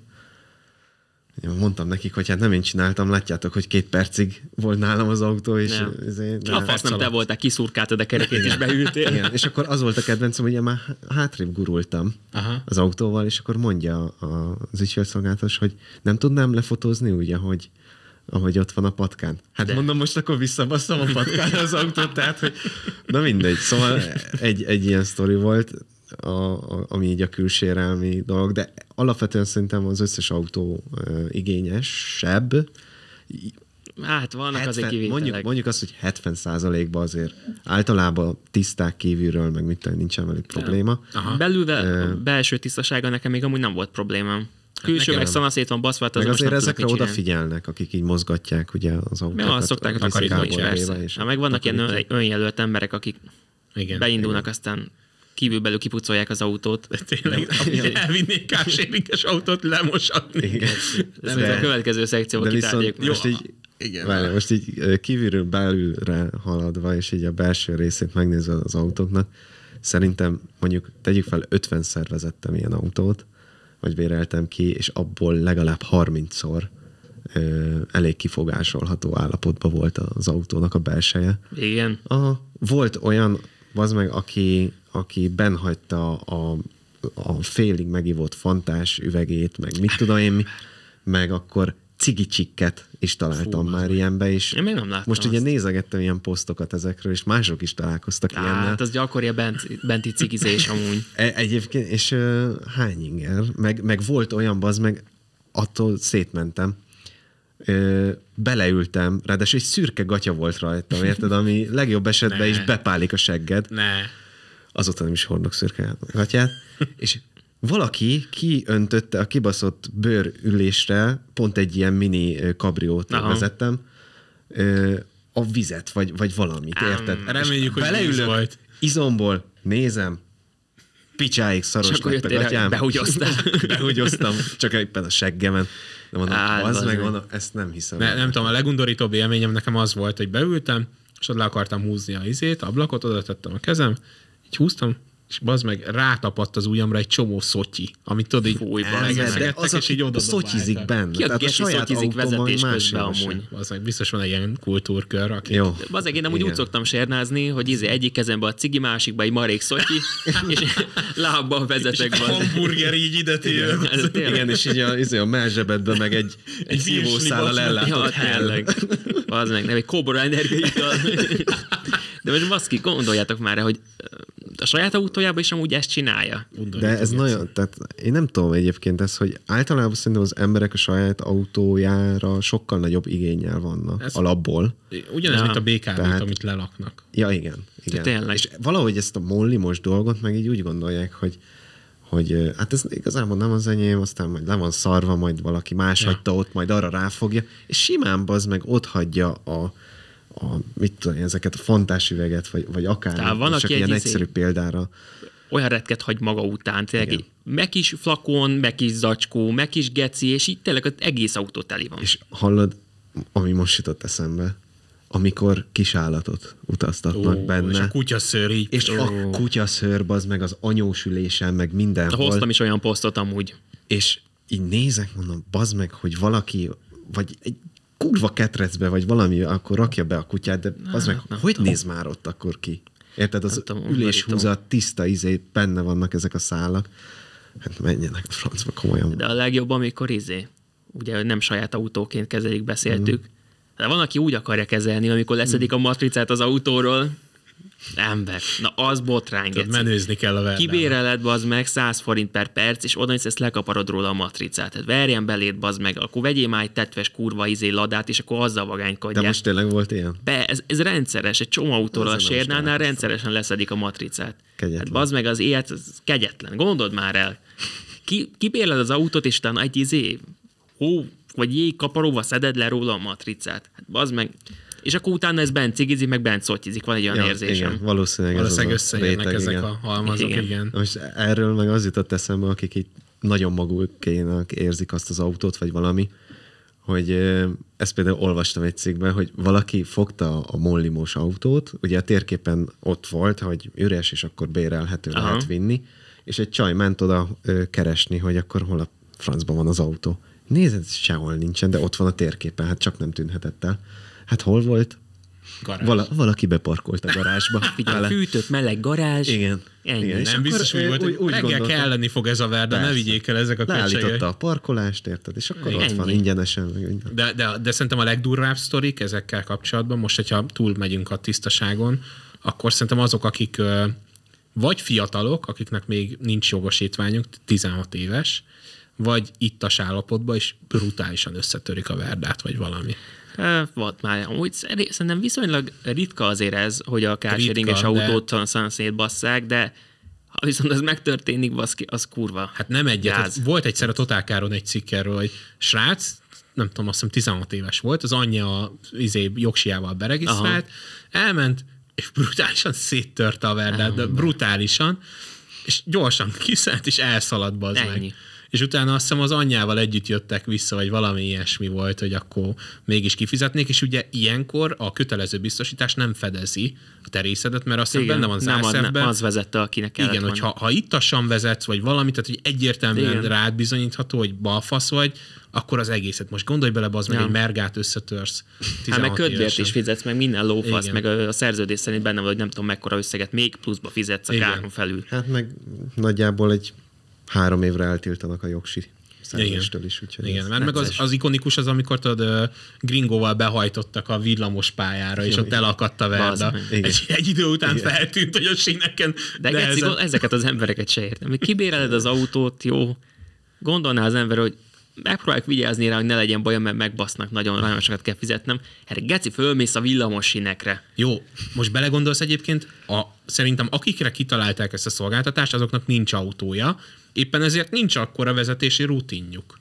Speaker 3: Én Mondtam nekik, hogy hát nem én csináltam, látjátok, hogy két percig volt nálam az autó, és
Speaker 1: Nem.
Speaker 3: izé, de-
Speaker 1: A fasz nem te
Speaker 2: alatt.
Speaker 1: voltál, kiszurkáltad a kerekét és beültél.
Speaker 3: igen, és akkor az volt a kedvencem, hogy én már hátrébb gurultam
Speaker 2: Aha.
Speaker 3: az autóval, és akkor mondja a- az ügyfélszolgálatos, hogy nem tudnám lefotózni úgy, ahogy, ahogy ott van a patkán. Hát De. mondom, most akkor visszabasszom a patkán az autót, tehát, hogy na mindegy. Szóval egy, egy ilyen sztori volt, a, a, ami így a külsérelmi dolog, de alapvetően szerintem az összes autó ö, igényesebb.
Speaker 1: Hát vannak azért
Speaker 3: 70,
Speaker 1: kivételek.
Speaker 3: mondjuk, mondjuk azt, hogy 70%-ban azért általában tiszták kívülről, meg mit tudom, nincsen velük probléma.
Speaker 1: Aha. Belülve, a belső tisztasága nekem még amúgy nem volt problémám. Külső
Speaker 2: nekem
Speaker 1: meg
Speaker 2: nem.
Speaker 1: szanaszét van baszva, hát
Speaker 3: Hát Meg
Speaker 1: azon most
Speaker 3: azért
Speaker 1: nem
Speaker 3: ezekre
Speaker 1: tudok mit csinálni.
Speaker 3: odafigyelnek, akik így mozgatják ugye az autókat.
Speaker 1: Ja, azt szokták
Speaker 3: viszik
Speaker 1: takarítani,
Speaker 3: ából
Speaker 1: persze.
Speaker 3: véve, és
Speaker 1: Hát meg vannak ilyen ön- önjelölt emberek, akik
Speaker 2: Igen.
Speaker 1: beindulnak, aztán kívülbelül kipucolják az autót.
Speaker 2: Tényleg, amúgy elvinnék kárséringes autót lemosatni.
Speaker 3: Igen.
Speaker 1: Ez a következő szekcióba
Speaker 3: De viszont
Speaker 1: kitárgyaljuk. meg.
Speaker 3: most így,
Speaker 2: Igen.
Speaker 3: várj, most így ö, kívülről belülre haladva, és így a belső részét megnézve az autóknak, szerintem mondjuk tegyük fel 50-szer vezettem ilyen autót, vagy béreltem ki, és abból legalább 30-szor ö, elég kifogásolható állapotban volt az autónak a belseje.
Speaker 1: Igen.
Speaker 3: Aha. Volt olyan, az meg, aki, aki benhagyta a, a félig megivott fantás üvegét, meg mit tudom én, mi, meg akkor cigicsikket is találtam Fú, már ilyenbe, és
Speaker 1: Én még nem láttam
Speaker 3: most ugye
Speaker 1: azt.
Speaker 3: nézegettem ilyen posztokat ezekről, és mások is találkoztak
Speaker 1: Á,
Speaker 3: ilyennel.
Speaker 1: Hát az gyakori a bent, benti cigizés amúgy.
Speaker 3: E- Egyébként, és ö, hány inger? Meg, meg volt olyan bazd, meg attól szétmentem. Ö, beleültem, ráadásul egy szürke gatya volt rajtam, érted? Ami legjobb esetben
Speaker 2: Ne.
Speaker 3: is bepálik a segged.
Speaker 2: Ne.
Speaker 3: Azóta nem is hordok szürke gatyát. És valaki kiöntötte a kibaszott bőrülésre, pont egy ilyen mini ö, kabriót
Speaker 1: Aha.
Speaker 3: Aha. vezettem, ö, a vizet, vagy, vagy valamit, érted?
Speaker 2: reméljük,
Speaker 3: És
Speaker 2: hogy víz volt.
Speaker 3: izomból, nézem, picsáig
Speaker 1: És
Speaker 3: szaros
Speaker 1: akkor
Speaker 3: lett a
Speaker 1: jöttél rá,
Speaker 3: gatyám.
Speaker 1: behugyoztál.
Speaker 3: Behugyoztam, csak éppen a seggemen. De mondom,
Speaker 1: Á,
Speaker 3: az
Speaker 1: bazd
Speaker 3: meg
Speaker 1: meg.
Speaker 3: van, ezt nem hiszem.
Speaker 2: ne.
Speaker 3: el.
Speaker 2: Nem tudom, a legundorítóbb élményem nekem az volt, hogy beültem, és ott le akartam húzni a izét, ablakot, oda tettem a kezem, így húztam, és bazd meg, rátapadt az ujjamra egy csomó szotyi, amit tudod, így
Speaker 1: Fúj, bazd meg.
Speaker 3: Ez, de
Speaker 2: megeszegettek,
Speaker 3: az,
Speaker 2: és így
Speaker 3: aki
Speaker 2: oda
Speaker 3: szotyizik benne.
Speaker 1: Ki a geci szotyizik vezetés közben amúgy?
Speaker 2: Az meg biztos van egy ilyen kultúrkör, aki...
Speaker 3: Jó.
Speaker 1: Bazeg, én amúgy
Speaker 3: Igen.
Speaker 1: úgy szoktam sérnázni, hogy izé, egyik kezembe a cigi, másikba egy marék szotyi, és lábban vezetek van.
Speaker 2: Hamburger így ide téve.
Speaker 1: Ez tényleg.
Speaker 3: Igen, és így a, izé a melzsebedben meg egy, egy
Speaker 2: virsli,
Speaker 3: szívószállal
Speaker 2: bazd meg.
Speaker 1: Ja,
Speaker 3: ellátott hell.
Speaker 1: tényleg. Az meg nem, egy kóbor energiaital. De most baszki, gondoljátok már, hogy a saját autójában is amúgy ezt csinálja.
Speaker 3: De ez nagyon, tehát én nem tudom egyébként ez, hogy általában szerintem az emberek a saját autójára sokkal nagyobb igényel vannak
Speaker 2: Ez-
Speaker 3: ez... alapból.
Speaker 2: Ugyanez,
Speaker 1: Ja.
Speaker 2: mint a BKV-t,
Speaker 3: Tehát-
Speaker 2: amit lelaknak.
Speaker 3: Ja, igen. igen.
Speaker 1: tényleg.
Speaker 3: És valahogy ezt a mollimos dolgot meg így úgy gondolják, hogy hogy ö, hát ez igazából nem az enyém, aztán majd le van szarva, majd valaki más ja. hagyta ott, majd arra ráfogja, és simán bazd meg ott hagyja a, a mit tudom én, ezeket a fontás üveget, vagy, vagy akár
Speaker 1: Tehát van,
Speaker 3: csak
Speaker 1: aki
Speaker 3: ilyen
Speaker 1: egy izé-
Speaker 3: egyszerű példára.
Speaker 1: Olyan retket hagy maga után, tényleg
Speaker 3: Igen.
Speaker 1: egy meg kis flakon, meg kis zacskó, meg kis geci, és így tényleg az egész autó teli van.
Speaker 3: És hallod, ami most jutott eszembe, amikor kisállatot utaztatnak
Speaker 2: Ó,
Speaker 3: benne.
Speaker 2: És a kutyaszőr így...
Speaker 3: és a kutyaszőrb az meg az anyósülésen, meg mindenhol.
Speaker 1: Hoztam is olyan posztot amúgy.
Speaker 3: és így nézek, mondom, bazd meg, hogy valaki, vagy egy kurva ketrecbe, vagy valami, akkor rakja be a kutyát, de bazd meg, hogy néz már ott akkor ki? Érted, az
Speaker 1: tudom,
Speaker 3: üléshúzat, tiszta izé, benne vannak ezek a szálak. Hát menjenek a francba komolyan.
Speaker 1: De a legjobb, amikor izé, ugye nem saját autóként kezelik,
Speaker 3: Mhm.
Speaker 1: beszéltük. De van, aki úgy akarja kezelni, amikor leszedik a matricát az autóról. Ember, na az botrány,
Speaker 2: Tudod,
Speaker 1: geci.
Speaker 2: menőzni kell a verdával.
Speaker 1: Kibéreled, bazd meg, 100 forint per perc, és oda ezt lekaparod róla a matricát. Tehát verjen beléd, bazd meg, akkor vegyél már egy tetves kurva izé ladát, és akkor azzal
Speaker 3: De
Speaker 1: vagánykodjál.
Speaker 3: most tényleg volt ilyen?
Speaker 1: Be, ez, ez rendszeres, egy csomó autóra a
Speaker 3: Ezen nem is
Speaker 1: sérnánál
Speaker 3: találkoztam.
Speaker 1: rendszeresen leszedik a matricát.
Speaker 3: Kegyetlen.
Speaker 1: Hát bazd meg az élet, az kegyetlen. Gondold már el. Ki, kibérled az autót, és utána egy izé, hó, vagy jég kaparóval szeded le róla a matricát. Hát bazd meg. És akkor utána ez bent cigizik, meg bent szotyizik. Van egy olyan ja, érzésem.
Speaker 3: igen, valószínűleg,
Speaker 2: Valószínűleg
Speaker 3: ez az a
Speaker 2: összejönnek
Speaker 3: réteg,
Speaker 2: ezek
Speaker 3: igen.
Speaker 2: a halmazok,
Speaker 1: Igen.
Speaker 2: igen. igen.
Speaker 3: Na Most erről meg az jutott eszembe, akik így nagyon magukénak érzik azt az autót, vagy valami, hogy ö, ezt például olvastam egy cikkben, hogy valaki fogta a mollimós autót, ugye a térképen ott volt, hogy üres, és akkor bérelhető
Speaker 1: Aha.
Speaker 3: Aha. lehet vinni, és egy csaj ment oda ö, keresni, hogy akkor hol a francban van az autó. Nézed, sehol nincsen, de ott van a térképen, hát csak nem tűnhetett el. Hát hol volt?
Speaker 2: Garázs.
Speaker 3: Vala, valaki beparkolt a garázsba.
Speaker 1: Figyelj,
Speaker 3: vele.
Speaker 1: fűtött, meleg garázs.
Speaker 3: Igen.
Speaker 1: Ennyi.
Speaker 3: Igen,
Speaker 1: Igen.
Speaker 3: és
Speaker 2: Nem
Speaker 3: akkor
Speaker 2: biztos, hogy
Speaker 3: ő
Speaker 2: volt,
Speaker 3: úgy-
Speaker 2: hogy
Speaker 3: úgy
Speaker 2: reggel
Speaker 3: gondolta.
Speaker 2: kelleni fog ez a verda, ne
Speaker 3: Persze.
Speaker 2: vigyék el ezek a köcsegek.
Speaker 3: Leállította a parkolást, érted? És akkor ott
Speaker 1: Ennyi.
Speaker 3: van ingyenesen, meg minden.
Speaker 2: De, de, de szerintem a legdurvább sztorik ezekkel kapcsolatban, most, hogyha túl megyünk a tisztaságon, akkor szerintem azok, akik ö, vagy fiatalok, akiknek még nincs jogosítványuk, 16 éves, vagy ittas állapotban, és brutálisan összetörik a verdát, vagy valami.
Speaker 1: Hát, Volt már. Amúgy szeré- szerintem viszonylag ritka azért ez, hogy a carsharinges
Speaker 2: Ritka,
Speaker 1: autót de... szétbasszák, de ha viszont ez megtörténik, baszki, az kurva.
Speaker 2: Hát nem egyet.
Speaker 1: Gáz.
Speaker 2: Hát volt egyszer a Totálkáron egy cikk erről, hogy srác, nem tudom, azt hiszem 16 éves volt, az anyja a izé, jogsiával beregisztrált, Aha. elment, és brutálisan széttörte a verdát, de brutálisan, és gyorsan kiszállt, és elszaladt be az
Speaker 1: Ennyi.
Speaker 2: meg. És utána azt hiszem az anyjával együtt jöttek vissza, vagy valami ilyesmi volt, hogy akkor mégis kifizetnék, és ugye ilyenkor a kötelező biztosítás nem fedezi a terészedet, mert azt hiszem benne van
Speaker 1: nem, az, nem
Speaker 2: zárszerben.
Speaker 1: az vezette, akinek kellett
Speaker 2: Igen,
Speaker 1: volna.
Speaker 2: hogyha ha ittasan vezetsz, vagy valamit, tehát hogy egyértelműen
Speaker 1: Igen.
Speaker 2: Igen. rád bizonyítható, hogy balfasz vagy, akkor az egészet. Most gondolj bele, az meg
Speaker 1: Ja.
Speaker 2: egy mergát összetörsz.
Speaker 1: Hát
Speaker 2: 16
Speaker 1: meg ködvért
Speaker 2: évesen.
Speaker 1: is fizetsz, meg minden lófasz,
Speaker 2: Igen.
Speaker 1: meg a a szerződés szerint benne van, hogy nem tudom mekkora összeget, még pluszba fizetsz a
Speaker 2: Igen.
Speaker 1: káron felül.
Speaker 3: Hát meg nagyjából egy három évre eltiltanak a jogsi szerzéstől is, úgyhogy
Speaker 2: Igen,
Speaker 3: ez-
Speaker 2: mert meg az, az ikonikus az, amikor tudod, ö, gringóval behajtottak a villamos pályára, és ott elakadt a
Speaker 1: Bazd
Speaker 2: verda.
Speaker 1: meg.
Speaker 3: Igen.
Speaker 2: Egy, egy idő után Igen. feltűnt, hogy a síneken.
Speaker 1: De, de geci, ezen... ezeket az embereket se értem. Még kibéreled az autót, jó, gondolná az ember, hogy megpróbálok vigyázni rá, hogy ne legyen bajom, mert megbasznak nagyon, nagyon sokat kell fizetnem. Erre geci, fölmész a villamos sinekre.
Speaker 2: Jó, most belegondolsz egyébként, a, szerintem akikre kitalálták ezt a szolgáltatást, azoknak nincs autója, éppen ezért nincs akkora vezetési rutinjuk.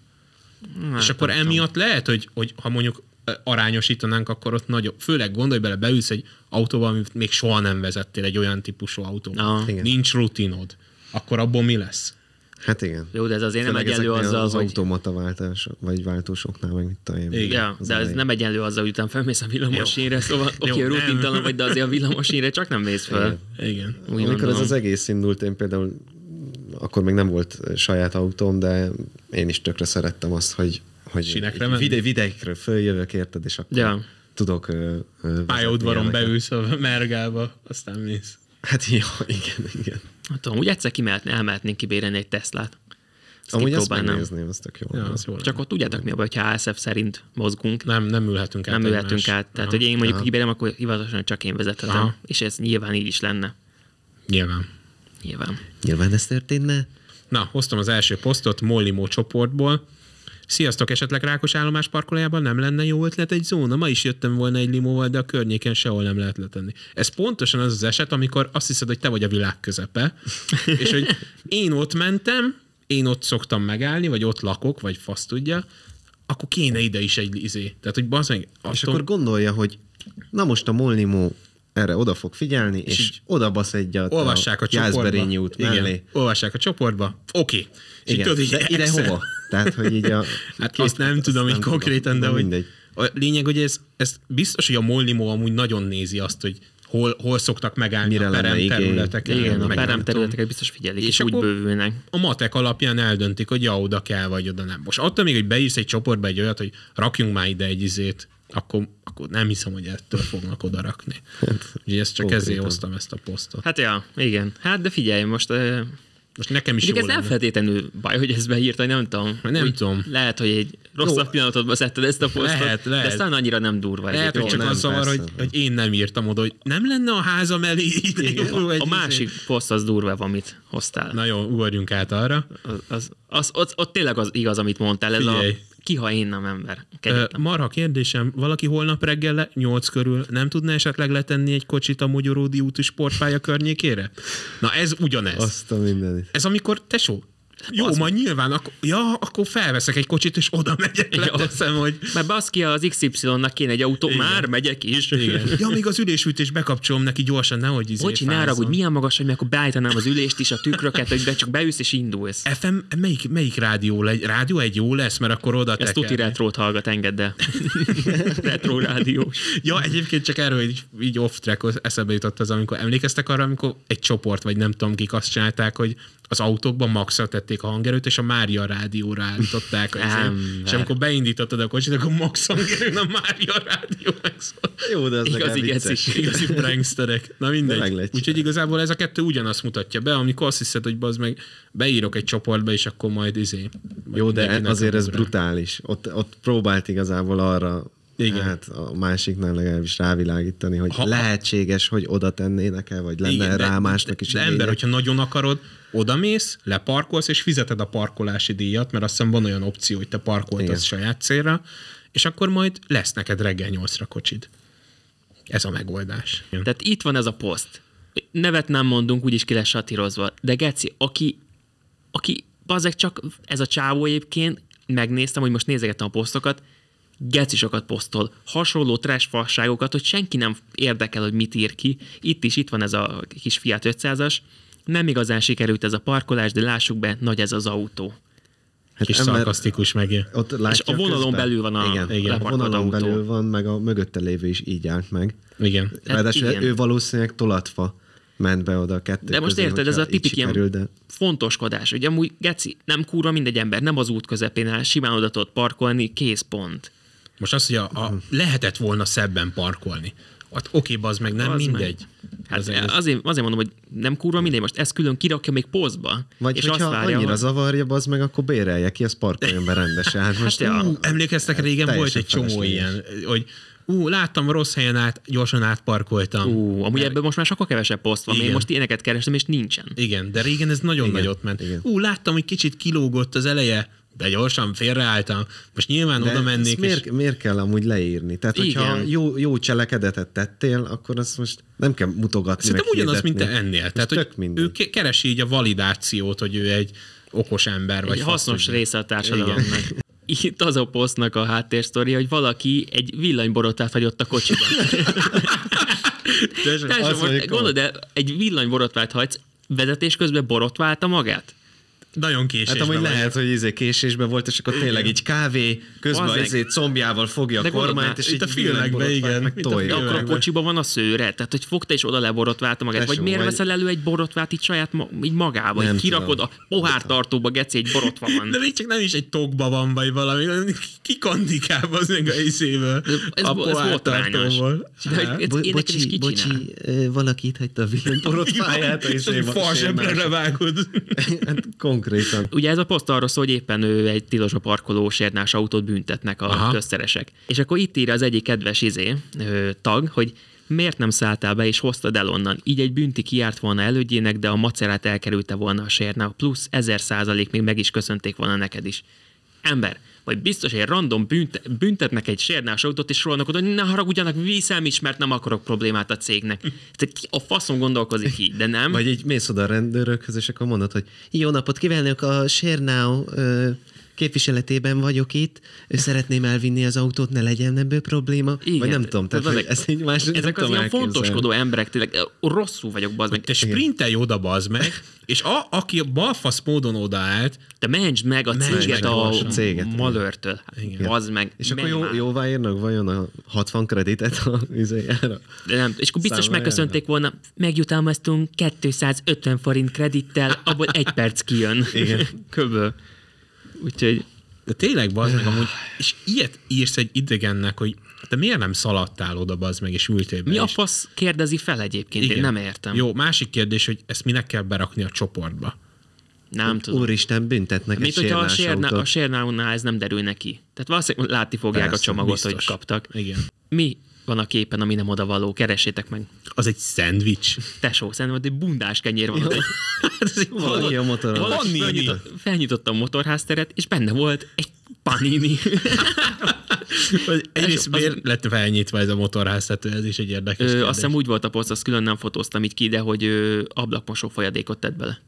Speaker 2: Hát, és akkor emiatt lehet, hogy, hogy ha mondjuk ö, arányosítanánk, akkor ott nagyobb. Főleg gondolj bele, beülsz egy autóval, amit még soha nem vezettél, egy olyan típusú autóval.
Speaker 1: Ah.
Speaker 3: Igen.
Speaker 2: Nincs rutinod. Akkor abból mi lesz?
Speaker 3: Hát igen.
Speaker 1: Jó, de ez azért nem
Speaker 3: Főleg
Speaker 1: egyenlő
Speaker 3: ezeknél
Speaker 1: azzal,
Speaker 3: az
Speaker 1: hogy...
Speaker 3: automata váltás, vagy váltósoknál meg mit tudom én.
Speaker 2: Igen,
Speaker 1: Ja,
Speaker 3: az
Speaker 1: de ez
Speaker 3: elején.
Speaker 1: nem egyenlő azzal, hogy utána felmész a villamosínre, szóval oké, okay,
Speaker 2: Jó, nem.
Speaker 1: rutintalan vagy, de azért a villamosínre csak nem mész fel.
Speaker 2: Igen.
Speaker 1: Úgy
Speaker 3: Amikor ez
Speaker 1: gondolom.
Speaker 3: az egész indult, én például akkor még nem volt ö, saját autóm, de én is tökre szerettem azt, hogy, hogy
Speaker 2: Sínekre
Speaker 3: így
Speaker 2: menni?
Speaker 3: vide, videikről följövök, érted, és akkor
Speaker 1: Ja.
Speaker 3: tudok ö, ö, vezetni
Speaker 2: Pályaudvaron
Speaker 3: ilyeneket.
Speaker 2: beülsz a mergába, aztán mész.
Speaker 3: Hát ja, igen, igen.
Speaker 1: Nem tudom, úgy egyszer kimehetne, elmehetnénk kibérelni egy Teslát. Ezt
Speaker 3: Amúgy ezt
Speaker 1: kipróbálnám.
Speaker 3: megnézném, az tök jó.
Speaker 2: Ja,
Speaker 3: lenne.
Speaker 2: az jó
Speaker 1: Csak ott tudjátok mi a baj, hogyha ASF szerint mozgunk,
Speaker 2: Nem, nem ülhetünk át
Speaker 1: nem ülhetünk
Speaker 2: egymás-
Speaker 1: át. Tehát,
Speaker 2: Aha.
Speaker 1: hogy én mondjuk kibérem, akkor hivatalosan csak én vezethetem.
Speaker 2: Aha.
Speaker 1: És ez nyilván így is lenne.
Speaker 2: Nyilván.
Speaker 1: Nyilván.
Speaker 3: Nyilván ez történne.
Speaker 2: Na, hoztam az első posztot Mollimó csoportból. Sziasztok, esetleg Rákos állomás parkolójában nem lenne jó ötlet egy zóna? Ma is jöttem volna egy limóval, de a környéken sehol nem lehet letenni. Ez pontosan az az eset, amikor azt hiszed, hogy te vagy a világ közepe, és hogy én ott mentem, én ott szoktam megállni, vagy ott lakok, vagy fasz tudja, akkor kéne ide is egy izé. Tehát, hogy bazd meg,
Speaker 3: És
Speaker 2: attól
Speaker 3: akkor gondolja, hogy na most a Molnimó erre oda fog figyelni, és,
Speaker 2: így
Speaker 3: és oda basz egyet
Speaker 2: olvassák a
Speaker 3: Jászberényi
Speaker 2: csoportba.
Speaker 3: út
Speaker 2: Igen,
Speaker 3: mellé.
Speaker 2: olvassák a csoportba. Oké. Okay.
Speaker 3: Igen, de ide hova? Tehát, hogy így a...
Speaker 2: Hát azt nem tudom így konkrétan, de hogy
Speaker 3: mindegy.
Speaker 2: a lényeg, hogy ez, ez biztos, hogy a Mollimó amúgy nagyon nézi azt, hogy hol, hol szoktak megállni
Speaker 3: Mire
Speaker 2: a
Speaker 3: lenne
Speaker 2: perem
Speaker 3: igény.
Speaker 2: területeken.
Speaker 1: Igen, a
Speaker 2: meg nem
Speaker 1: perem
Speaker 2: tudom.
Speaker 1: területeket biztos figyelik, és,
Speaker 2: És
Speaker 1: úgy
Speaker 2: akkor-
Speaker 1: bővülnek.
Speaker 2: A matek alapján eldöntik, hogy ja, oda kell, vagy oda nem. Most attól még, hogy beírsz egy csoportba egy olyat, hogy rakjunk már ide egy izét, akkor, akkor nem hiszem, hogy ettől fognak oda rakni. Úgyhogy ezt csak ezért
Speaker 3: Hát, konkrétan.
Speaker 2: hoztam ezt a posztot.
Speaker 1: Hát ja, igen. Hát de figyelj, most ö,
Speaker 2: Most nekem is
Speaker 1: Mondjuk
Speaker 2: jó
Speaker 1: ez nem
Speaker 2: lenne.
Speaker 1: feltétlenül baj, hogy ezt beírta, nem tudom.
Speaker 2: Nem
Speaker 1: Úgy
Speaker 2: tudom.
Speaker 1: Lehet, hogy egy rosszabb pillanatodban szedted ezt a posztot,
Speaker 2: Lehet, lehet.
Speaker 1: de aztán annyira nem durva.
Speaker 2: Lehet, hogy
Speaker 1: egyébként.
Speaker 2: csak
Speaker 3: nem,
Speaker 2: az zavar,
Speaker 3: persze.
Speaker 2: hogy, hogy én nem írtam oda, hogy nem lenne a háza mellé ide jó egy
Speaker 1: a
Speaker 2: izé.
Speaker 1: másik poszt az durva, amit hoztál.
Speaker 2: Na jó, ugorjunk át arra.
Speaker 1: Az, az, az, ott, ott tényleg az igaz, amit mondtál. Ez
Speaker 2: Figyelj.
Speaker 1: a ki, ha én nem ember.
Speaker 2: Ö,
Speaker 1: Kegyetlen.
Speaker 2: Marha kérdésem, valaki holnap reggel le, 8 körül nem tudna esetleg letenni egy kocsit a Mogyoródi úti sportpálya környékére? Na ez ugyanez.
Speaker 3: Azt a mindenit.
Speaker 2: Ez amikor, tesó, jó,
Speaker 1: Az-
Speaker 2: majd nyilván, ak- ja, akkor felveszek egy kocsit, és oda megyek, leteszem, hogy...
Speaker 1: Mert baszki, az XY-nak kéne egy autó, már megyek is.
Speaker 2: Igen. Ja, még az ülésütés bekapcsolom neki gyorsan, nehogy izé
Speaker 1: Bocsi, ne arra, hogy
Speaker 2: fázzon.
Speaker 1: milyen magas vagy, mert akkor beállítanám az ülést is, a tükröket, hogy be csak beülsz és indulsz.
Speaker 2: FM, melyik, melyik rádió legy? Rádió egy jó lesz, mert akkor oda
Speaker 1: Ezt
Speaker 2: tekerni.
Speaker 1: tuti retrót hallgat, engedd el. Retro rádiós.
Speaker 2: Ja, egyébként csak erről így, így off track eszembe jutott az, amikor emlékeztek arra, amikor egy csoport, vagy nem tudom kik azt csinálták, hogy az autókban maxra tették a hangerőt, és a Mária rádióra állították.
Speaker 1: Ember.
Speaker 2: és amikor beindítottad a kocsit, akkor max hangerőn a Mária rádió megszól.
Speaker 3: Jó, de az
Speaker 1: Igaz,
Speaker 3: legalább
Speaker 1: igaz
Speaker 3: vicces.
Speaker 1: is.
Speaker 2: Igazi pranksterek. Na
Speaker 3: De meg
Speaker 2: mindegy.
Speaker 3: lehet
Speaker 2: Úgyhogy igazából ez a kettő ugyanazt mutatja be, amikor azt hiszed, hogy bazd meg, beírok egy csoportba, és akkor majd izé. majd
Speaker 3: Jó, de
Speaker 2: mindenkinek
Speaker 3: azért ez
Speaker 2: rá.
Speaker 3: brutális. Ott, ott próbált igazából arra,
Speaker 2: Igen.
Speaker 3: Igen. Hát a másiknál legalábbis rávilágítani, hogy
Speaker 2: Ha-
Speaker 3: ha, lehetséges, hogy oda tennének-e, vagy lenne
Speaker 2: Igen,
Speaker 3: Igen,
Speaker 2: de-
Speaker 3: rá másnak is
Speaker 2: De
Speaker 3: igénye.
Speaker 2: ember, hogyha nagyon akarod, odamész, leparkolsz, és fizeted a parkolási díjat, mert azt hiszem van olyan opció, hogy te
Speaker 3: Igen.
Speaker 2: parkoltasz saját célra, és akkor majd lesz neked reggel nyolcra kocsid. Ez a megoldás.
Speaker 3: Hát
Speaker 1: Tehát itt van ez a poszt. Nevet nem mondunk, úgyis ki lesz satírozva. De Geci, aki, aki bazeg csak ez a csávó egyébként, megnéztem, hogy most nézegettem a posztokat, Geci sokat posztol. Hasonló trash fasságokat, hogy senki nem érdekel, hogy mit ír ki. Itt is, itt van ez a kis Fiat 500-as. Nem igazán sikerült ez a parkolás, de lássuk be, nagy ez az autó.
Speaker 3: hát
Speaker 2: Kis szarkasztikus meg.
Speaker 3: ott látja
Speaker 1: a vonalon
Speaker 3: közben.
Speaker 1: belül van a
Speaker 3: igen, igen, a
Speaker 1: leparkolt
Speaker 3: vonalon
Speaker 1: autó.
Speaker 3: belül van, meg a mögötte lévő is így állt meg.
Speaker 2: Igen.
Speaker 1: Hát
Speaker 3: Ráadásul
Speaker 1: igen.
Speaker 3: ő valószínűleg tolatva ment be oda a kettő
Speaker 1: De most
Speaker 3: közé,
Speaker 1: érted, ez
Speaker 3: hogyha
Speaker 1: a
Speaker 3: így
Speaker 1: tipik
Speaker 3: sikerül,
Speaker 1: ilyen
Speaker 3: de...
Speaker 1: fontoskodás, hogy amúgy, geci, nem kurva mindegy ember, nem az út közepén áll, simán oda tudod parkolni, készpont.
Speaker 2: Most az, hogy a, a lehetett volna szebben parkolni. Ott oké, bazd meg, nem
Speaker 1: Az
Speaker 2: mindegy.
Speaker 1: Hát
Speaker 2: Az-
Speaker 1: azért, azért mondom, hogy nem kurva mindegy, most ezt külön kirakja még pozba,
Speaker 3: Vagy
Speaker 1: és
Speaker 3: hogyha
Speaker 1: azt várja,
Speaker 3: annyira
Speaker 1: hogy-
Speaker 3: zavarja, az meg, akkor bérelje ki, az parkoljon be rendesen. Hát most
Speaker 1: ja.
Speaker 2: Ú, emlékeztek, régen volt
Speaker 3: hát teljesen
Speaker 2: egy csomó ilyen,
Speaker 3: felesleges.
Speaker 2: hogy ú, láttam rossz helyen át, gyorsan átparkoltam.
Speaker 1: Ú, amúgy ebben most már sokkal kevesebb poszt van,
Speaker 2: Igen.
Speaker 1: én most ilyeneket kerestem, és nincsen.
Speaker 2: Igen, de régen ez nagyon igen, nagyot ment. Igen.
Speaker 3: igen.
Speaker 2: Ú, láttam, hogy kicsit kilógott az eleje, de gyorsan félreálltam. Most nyilván
Speaker 3: De
Speaker 2: oda mennék,
Speaker 3: ezt miért,
Speaker 2: és
Speaker 3: miért kell amúgy leírni? Tehát, hogyha
Speaker 1: Igen.
Speaker 3: jó, jó cselekedetet tettél, akkor azt most nem kell mutogatni.
Speaker 2: szerintem
Speaker 3: meg
Speaker 2: ugyanaz, mint
Speaker 3: hirdetni.
Speaker 2: te ennél.
Speaker 3: Ez
Speaker 2: Tehát,
Speaker 3: tök
Speaker 2: hogy
Speaker 3: mindegy.
Speaker 2: ő ke- keresi így a validációt, hogy ő egy okos ember, vagy
Speaker 1: Egy hasznos
Speaker 2: fasztudja.
Speaker 1: része a társadalomnak. Itt az a posztnak a háttérsztoria, hogy valaki egy villanyborotát hagyott a kocsiban.
Speaker 2: De ez-
Speaker 1: Teljesen
Speaker 3: Az
Speaker 1: bor-
Speaker 3: mondjuk
Speaker 1: Gondolod, el, egy villanyborotvát hagysz, vezetés közben borotválta magát?
Speaker 2: Nagyon
Speaker 3: Hát
Speaker 2: késésben
Speaker 3: amúgy
Speaker 2: vagy.
Speaker 3: lehet, hogy izé késésben volt, és akkor tényleg így kávé, közben
Speaker 1: Bazzeg.
Speaker 3: izé combjával fogja a
Speaker 1: De gondold
Speaker 3: kormányt,
Speaker 1: már,
Speaker 3: és
Speaker 2: itt
Speaker 3: így
Speaker 2: a filmekben,
Speaker 3: villanyborotvát
Speaker 2: igen,
Speaker 3: meg
Speaker 2: itt a
Speaker 1: De
Speaker 3: tolja.
Speaker 2: filmekben.
Speaker 1: akkor a
Speaker 2: Tényleg.
Speaker 1: kocsiban van a szőre, tehát hogy fogta és oda leborotválta magát,
Speaker 3: Tesó,
Speaker 1: vagy miért
Speaker 3: vagy-
Speaker 1: veszel elő egy borotvát így saját ma, így magába,
Speaker 3: Nem
Speaker 1: így kirakod
Speaker 3: tudom.
Speaker 1: a pohártartóba, geci, egy borotva
Speaker 2: De
Speaker 1: van.
Speaker 2: még csak nem is egy tokba van, vagy valami, hanem kikandikább az meg a izéből.
Speaker 1: ez
Speaker 2: a
Speaker 1: bo- ez botrányos.
Speaker 2: pohártartóból.
Speaker 1: De hogy
Speaker 2: Hát,
Speaker 1: ez
Speaker 3: Bo-
Speaker 1: én neked is kicsinál.
Speaker 3: ö, valaki itt hagyta a villanyborotváját. izé
Speaker 2: és egy falsebrőre vágod.
Speaker 3: Hát konkrétan.
Speaker 1: Ugye ez a poszt arról szól, hogy éppen ő egy tilosba parkoló sérnás autót büntetnek a
Speaker 2: Aha.
Speaker 1: közszeresek. És akkor itt írja az egyik kedves izé, ö, tag, hogy miért nem szálltál be és hoztad el onnan? Így egy bünti kiárt volna elődjének, de a macerát elkerülte volna a sérna, plusz ezer százalék még meg is köszönték volna neked is. Ember, vagy biztos egy random bűnt, büntetnek egy sérnás autót, és rólnak oda, hogy ne haragudjanak, viszem is, mert nem akarok problémát a cégnek. Tehát ki a faszon gondolkozik így, de nem.
Speaker 3: Vagy így mész oda a rendőrökhöz, és akkor mondod, hogy jó napot kívánok, a Sérnau képviseletében vagyok itt, ő szeretném elvinni az autót, ne legyen ebből probléma. Igen. Vagy nem tudom, tehát hogy
Speaker 1: ezek-
Speaker 3: ez így más, nem
Speaker 1: Ezek az
Speaker 3: tudom
Speaker 1: ilyen
Speaker 3: elképzelni.
Speaker 1: fontoskodó emberek, tényleg ö, rosszul vagyok, bazd meg.
Speaker 2: Te sprintelj oda, bazd meg, és a, aki a balfasz módon odaállt,
Speaker 1: Te mentsd meg a
Speaker 2: meg
Speaker 1: céget a
Speaker 2: gyorsan.
Speaker 3: Céget, igen.
Speaker 1: malörtől. Bazd meg.
Speaker 3: És akkor
Speaker 1: menj
Speaker 3: jó,
Speaker 1: már.
Speaker 3: jóvá írnak vajon a 60 kreditet a izéjára?
Speaker 1: De nem, és akkor biztos
Speaker 3: Számolj
Speaker 1: megköszönték volna, megjutalmaztunk 250 forint kredittel, abból egy perc kijön. Igen. Köböl. Úgyhogy
Speaker 2: de tényleg bazd meg amúgy, és ilyet írsz egy idegennek, hogy te miért nem szaladtál oda, bazd meg, és ültél be,
Speaker 1: mi a
Speaker 2: és-
Speaker 1: fasz kérdezi fel egyébként? Én nem értem.
Speaker 2: Jó, másik kérdés, hogy ezt minek kell berakni a csoportba?
Speaker 1: Nem tudom.
Speaker 3: Úristen, büntetnek egy
Speaker 1: Mint hogyha a,
Speaker 3: sérnás
Speaker 1: sérna, a
Speaker 3: autót.
Speaker 1: sérnálónál ez nem derül neki. Tehát valószínűleg látni fogják
Speaker 2: Persze,
Speaker 1: a csomagot, hogy
Speaker 2: biztos.
Speaker 1: kaptak.
Speaker 2: Igen.
Speaker 1: Mi van a képen, ami nem odavaló? Keressétek meg.
Speaker 2: Az egy szendvics.
Speaker 1: tesó, szerintem ott egy bundás kenyér van. ott egy-
Speaker 2: Hát ez egy
Speaker 3: Van ilyen motoron.
Speaker 2: Van
Speaker 1: Valaki
Speaker 2: néni.
Speaker 1: felnyitott- Felnyitotta a motorházteret, és benne volt egy panini.
Speaker 2: Vagy Egyrészt
Speaker 1: Az-
Speaker 2: miért lett felnyitva ez a motorház, tehát ez is egy érdekes
Speaker 1: Ö,
Speaker 2: kérdés.
Speaker 1: azt hiszem úgy volt a poszt, azt külön nem fotóztam így ki, de hogy ö, ablakmosó folyadékot tett bele.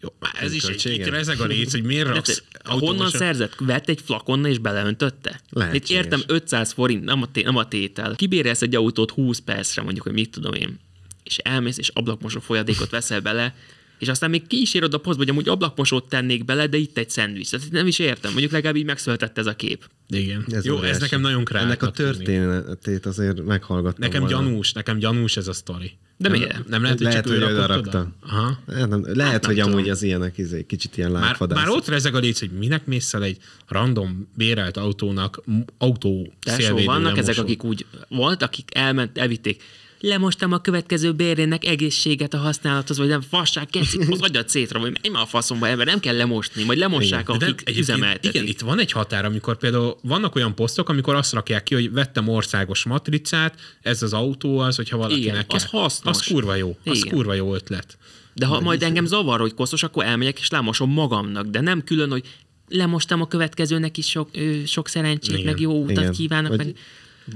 Speaker 2: Jó, már ez is egy,
Speaker 3: Költségen.
Speaker 2: itt rezeg a rész, hogy miért
Speaker 1: De
Speaker 2: raksz
Speaker 1: te- eh, honnan szerzett? Vett egy flakonna és beleöntötte?
Speaker 3: Lehetséges.
Speaker 1: Itt értem 500 forint, nem a, té- nem a tétel. Kibérelsz egy autót 20 percre, mondjuk, hogy mit tudom én, és elmész, és ablakmosó folyadékot veszel bele, és aztán még ki is írod a posztba, hogy amúgy ablakmosót tennék bele, de itt egy szendvics. Tehát nem is értem. Mondjuk legalább így megszületett ez a kép.
Speaker 2: Igen.
Speaker 3: Ez
Speaker 2: Jó,
Speaker 3: óriási.
Speaker 2: ez nekem nagyon král.
Speaker 3: Ennek a történetét azért meghallgattam
Speaker 2: Nekem
Speaker 3: volna.
Speaker 2: gyanús, nekem gyanús ez a sztori.
Speaker 1: De
Speaker 2: nem,
Speaker 1: miért?
Speaker 2: Nem lehet, hogy
Speaker 3: Lehet,
Speaker 2: csak ő
Speaker 3: hogy
Speaker 2: rakott
Speaker 3: oda
Speaker 2: oda?
Speaker 3: rakta.
Speaker 2: Aha.
Speaker 3: Hát nem, lehet,
Speaker 1: nem
Speaker 3: hogy
Speaker 1: tudom.
Speaker 3: amúgy az ilyenek izé, kicsit ilyen
Speaker 2: Már,
Speaker 3: lábfadász.
Speaker 2: már ott rezeg a léc, hogy minek mész el egy random bérelt autónak, m- autó
Speaker 1: Tesó,
Speaker 2: szélvédő
Speaker 1: vannak
Speaker 2: lemosó.
Speaker 1: ezek, akik úgy volt, akik elment, elvitték. Lemostam a következő bérének egészséget a használathoz, vagy nem, fasság, kecik, az agyad szétra, vagy menj már a faszomba, ember, nem kell lemosni, majd lemossák,
Speaker 2: De nem,
Speaker 1: akik
Speaker 2: egyébként-
Speaker 1: üzemeltetik.
Speaker 2: Igen, itt van egy határ, amikor például vannak olyan posztok, amikor azt rakják ki, hogy vettem országos matricát, ez az autó az, hogyha valakinek
Speaker 1: Igen,
Speaker 2: kell.
Speaker 1: az hasznos.
Speaker 2: Az kurva jó. Az
Speaker 1: Igen.
Speaker 2: kurva jó ötlet.
Speaker 1: De ha majd engem zavar, hogy koszos, akkor elmegyek és lemosom magamnak, de nem külön, hogy lemostam a következőnek is sok, ö, sok szerencsét,
Speaker 2: Igen.
Speaker 1: meg jó utat
Speaker 3: Igen.
Speaker 1: kívánok.
Speaker 3: Vagy
Speaker 1: meg...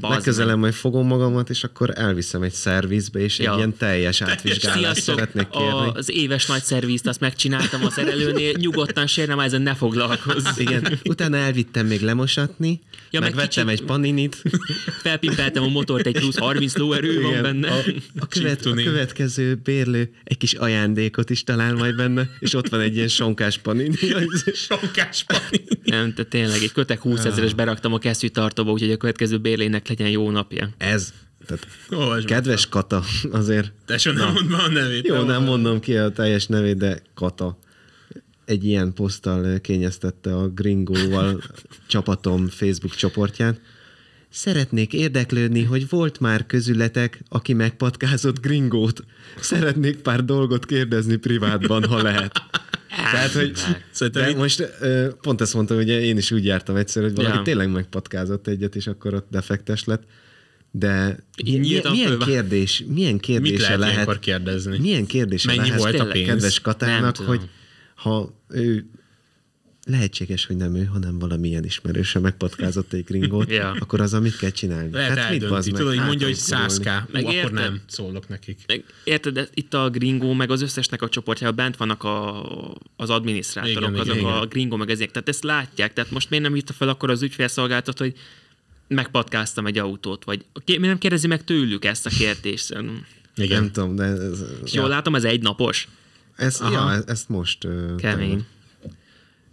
Speaker 1: Bazd
Speaker 3: Legközelebb majd fogom magamat, és akkor elviszem egy szervizbe, és
Speaker 1: Ja.
Speaker 3: egy ilyen teljes átvizsgálást
Speaker 1: Sziasztok!
Speaker 3: szeretnék kérni.
Speaker 1: A, az éves nagy szervízt azt megcsináltam a szerelőnél, nyugodtan sérnem, ezen ne foglalkozz.
Speaker 3: Igen, utána elvittem még lemosatni,
Speaker 1: Ja,
Speaker 3: ja,
Speaker 1: meg
Speaker 3: megvettem
Speaker 1: kicsit-
Speaker 3: egy paninit,
Speaker 1: Felpimpeltem a motort, egy plusz 30 lóerő van benne.
Speaker 3: a, a, követ, a
Speaker 2: tuning.
Speaker 3: következő bérlő egy kis ajándékot is talál majd benne, és ott van egy ilyen sonkás panini.
Speaker 2: Sonkás Pani.
Speaker 1: Nem, tehát tényleg egy kötek 20 ezeres beraktam a kesztyűtartóba, úgyhogy a következő bérlének legyen jó napja.
Speaker 3: Ez, tehát
Speaker 2: Olvasd meg.
Speaker 3: kedves Kata, azért
Speaker 2: Tesó, nem mondd már a nevét.
Speaker 3: Jó,
Speaker 2: ne mondd.
Speaker 3: nem mondom ki a teljes nevét, de Kata egy ilyen poszttal ö, kényeztette a Gringóval csapatom Facebook csoportján. Szeretnék érdeklődni, hogy volt már közületek, aki megpatkázott Gringót. Szeretnék pár dolgot kérdezni privátban, ha lehet.
Speaker 1: Hát,
Speaker 3: Tehát, hogy
Speaker 2: Szerintem
Speaker 3: de
Speaker 2: itt-
Speaker 3: most ö, pont ezt mondtam, hogy én is úgy jártam egyszer, hogy valaki
Speaker 1: Ja.
Speaker 3: tényleg megpatkázott egyet, és akkor ott defektes lett. De
Speaker 1: Így
Speaker 3: mi,
Speaker 1: nyíltan
Speaker 3: milyen,
Speaker 1: fölvá-
Speaker 3: kérdés, milyen kérdése
Speaker 2: Mit lehet,
Speaker 3: lehet
Speaker 2: ilyenkor kérdezni?
Speaker 3: milyen kérdése
Speaker 2: Mennyi
Speaker 3: lehet
Speaker 2: volt a
Speaker 3: tényleg
Speaker 2: pénz?
Speaker 3: kedves
Speaker 1: Nem
Speaker 3: Katának,
Speaker 1: tudom.
Speaker 3: hogy ha ő lehetséges, hogy nem ő, hanem valamilyen ismerőse megpatkázott egy gringót,
Speaker 1: Ja.
Speaker 3: akkor az, amit kell csinálni.
Speaker 2: Lehet hát
Speaker 3: mit
Speaker 2: eldönti.
Speaker 3: bazd meg? Hát,
Speaker 2: Tudod, hogy mondja, hogy
Speaker 3: Átalkulni.
Speaker 2: 100k. Meg akkor
Speaker 1: Megérted?
Speaker 2: nem szólok nekik.
Speaker 1: Meg, érted, de itt a gringó, meg az összesnek a csoportjában bent vannak a, az adminisztrátorok,
Speaker 2: Igen,
Speaker 1: igen, azok
Speaker 2: igen,
Speaker 1: igen, a
Speaker 2: igen.
Speaker 1: gringó, meg ezek. Tehát ezt látják. Tehát most miért nem írta fel akkor az ügyfélszolgáltat, hogy megpatkáztam egy autót, vagy ké- miért nem kérdezi meg tőlük ezt a kérdést?
Speaker 3: Nem
Speaker 2: Igen.
Speaker 3: tudom, de ez,
Speaker 1: És jól látom, ez egy napos.
Speaker 3: Ez,
Speaker 1: Aha.
Speaker 3: ja, ezt most ö,
Speaker 1: Kemény.
Speaker 3: tegnap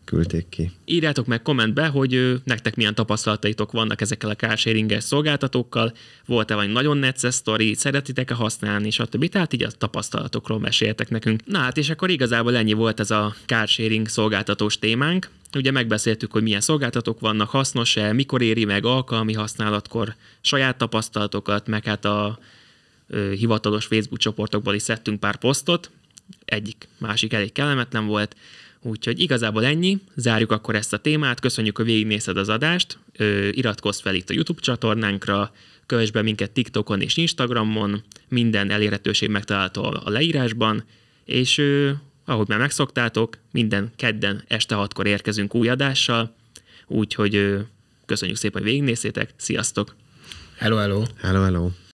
Speaker 3: küldték ki.
Speaker 1: Írjátok meg kommentbe, hogy ö, nektek milyen tapasztalataitok vannak ezekkel a carsharinges szolgáltatókkal, volt-e valami nagyon necces sztori, szeretitek-e használni, stb. Tehát így a tapasztalatokról meséltek nekünk. Na hát, és akkor igazából ennyi volt ez a carsharing szolgáltatós témánk. Ugye megbeszéltük, hogy milyen szolgáltatók vannak, hasznos-e, mikor éri meg alkalmi használatkor, saját tapasztalatokat, meg hát a ö, hivatalos Facebook csoportokból is szedtünk pár posztot, egyik másik elég kellemetlen volt, úgyhogy igazából ennyi, zárjuk akkor ezt a témát, köszönjük, hogy végignézted az adást, ö, iratkozz fel itt a YouTube csatornánkra, kövess be minket TikTokon és Instagramon, minden elérhetőség megtalálható a leírásban, és ö, ahogy már megszoktátok, minden kedden este hatkor érkezünk új adással, úgyhogy ö, köszönjük szépen, hogy végignéztétek, sziasztok!
Speaker 2: Hello, hello.
Speaker 3: Hello, hello.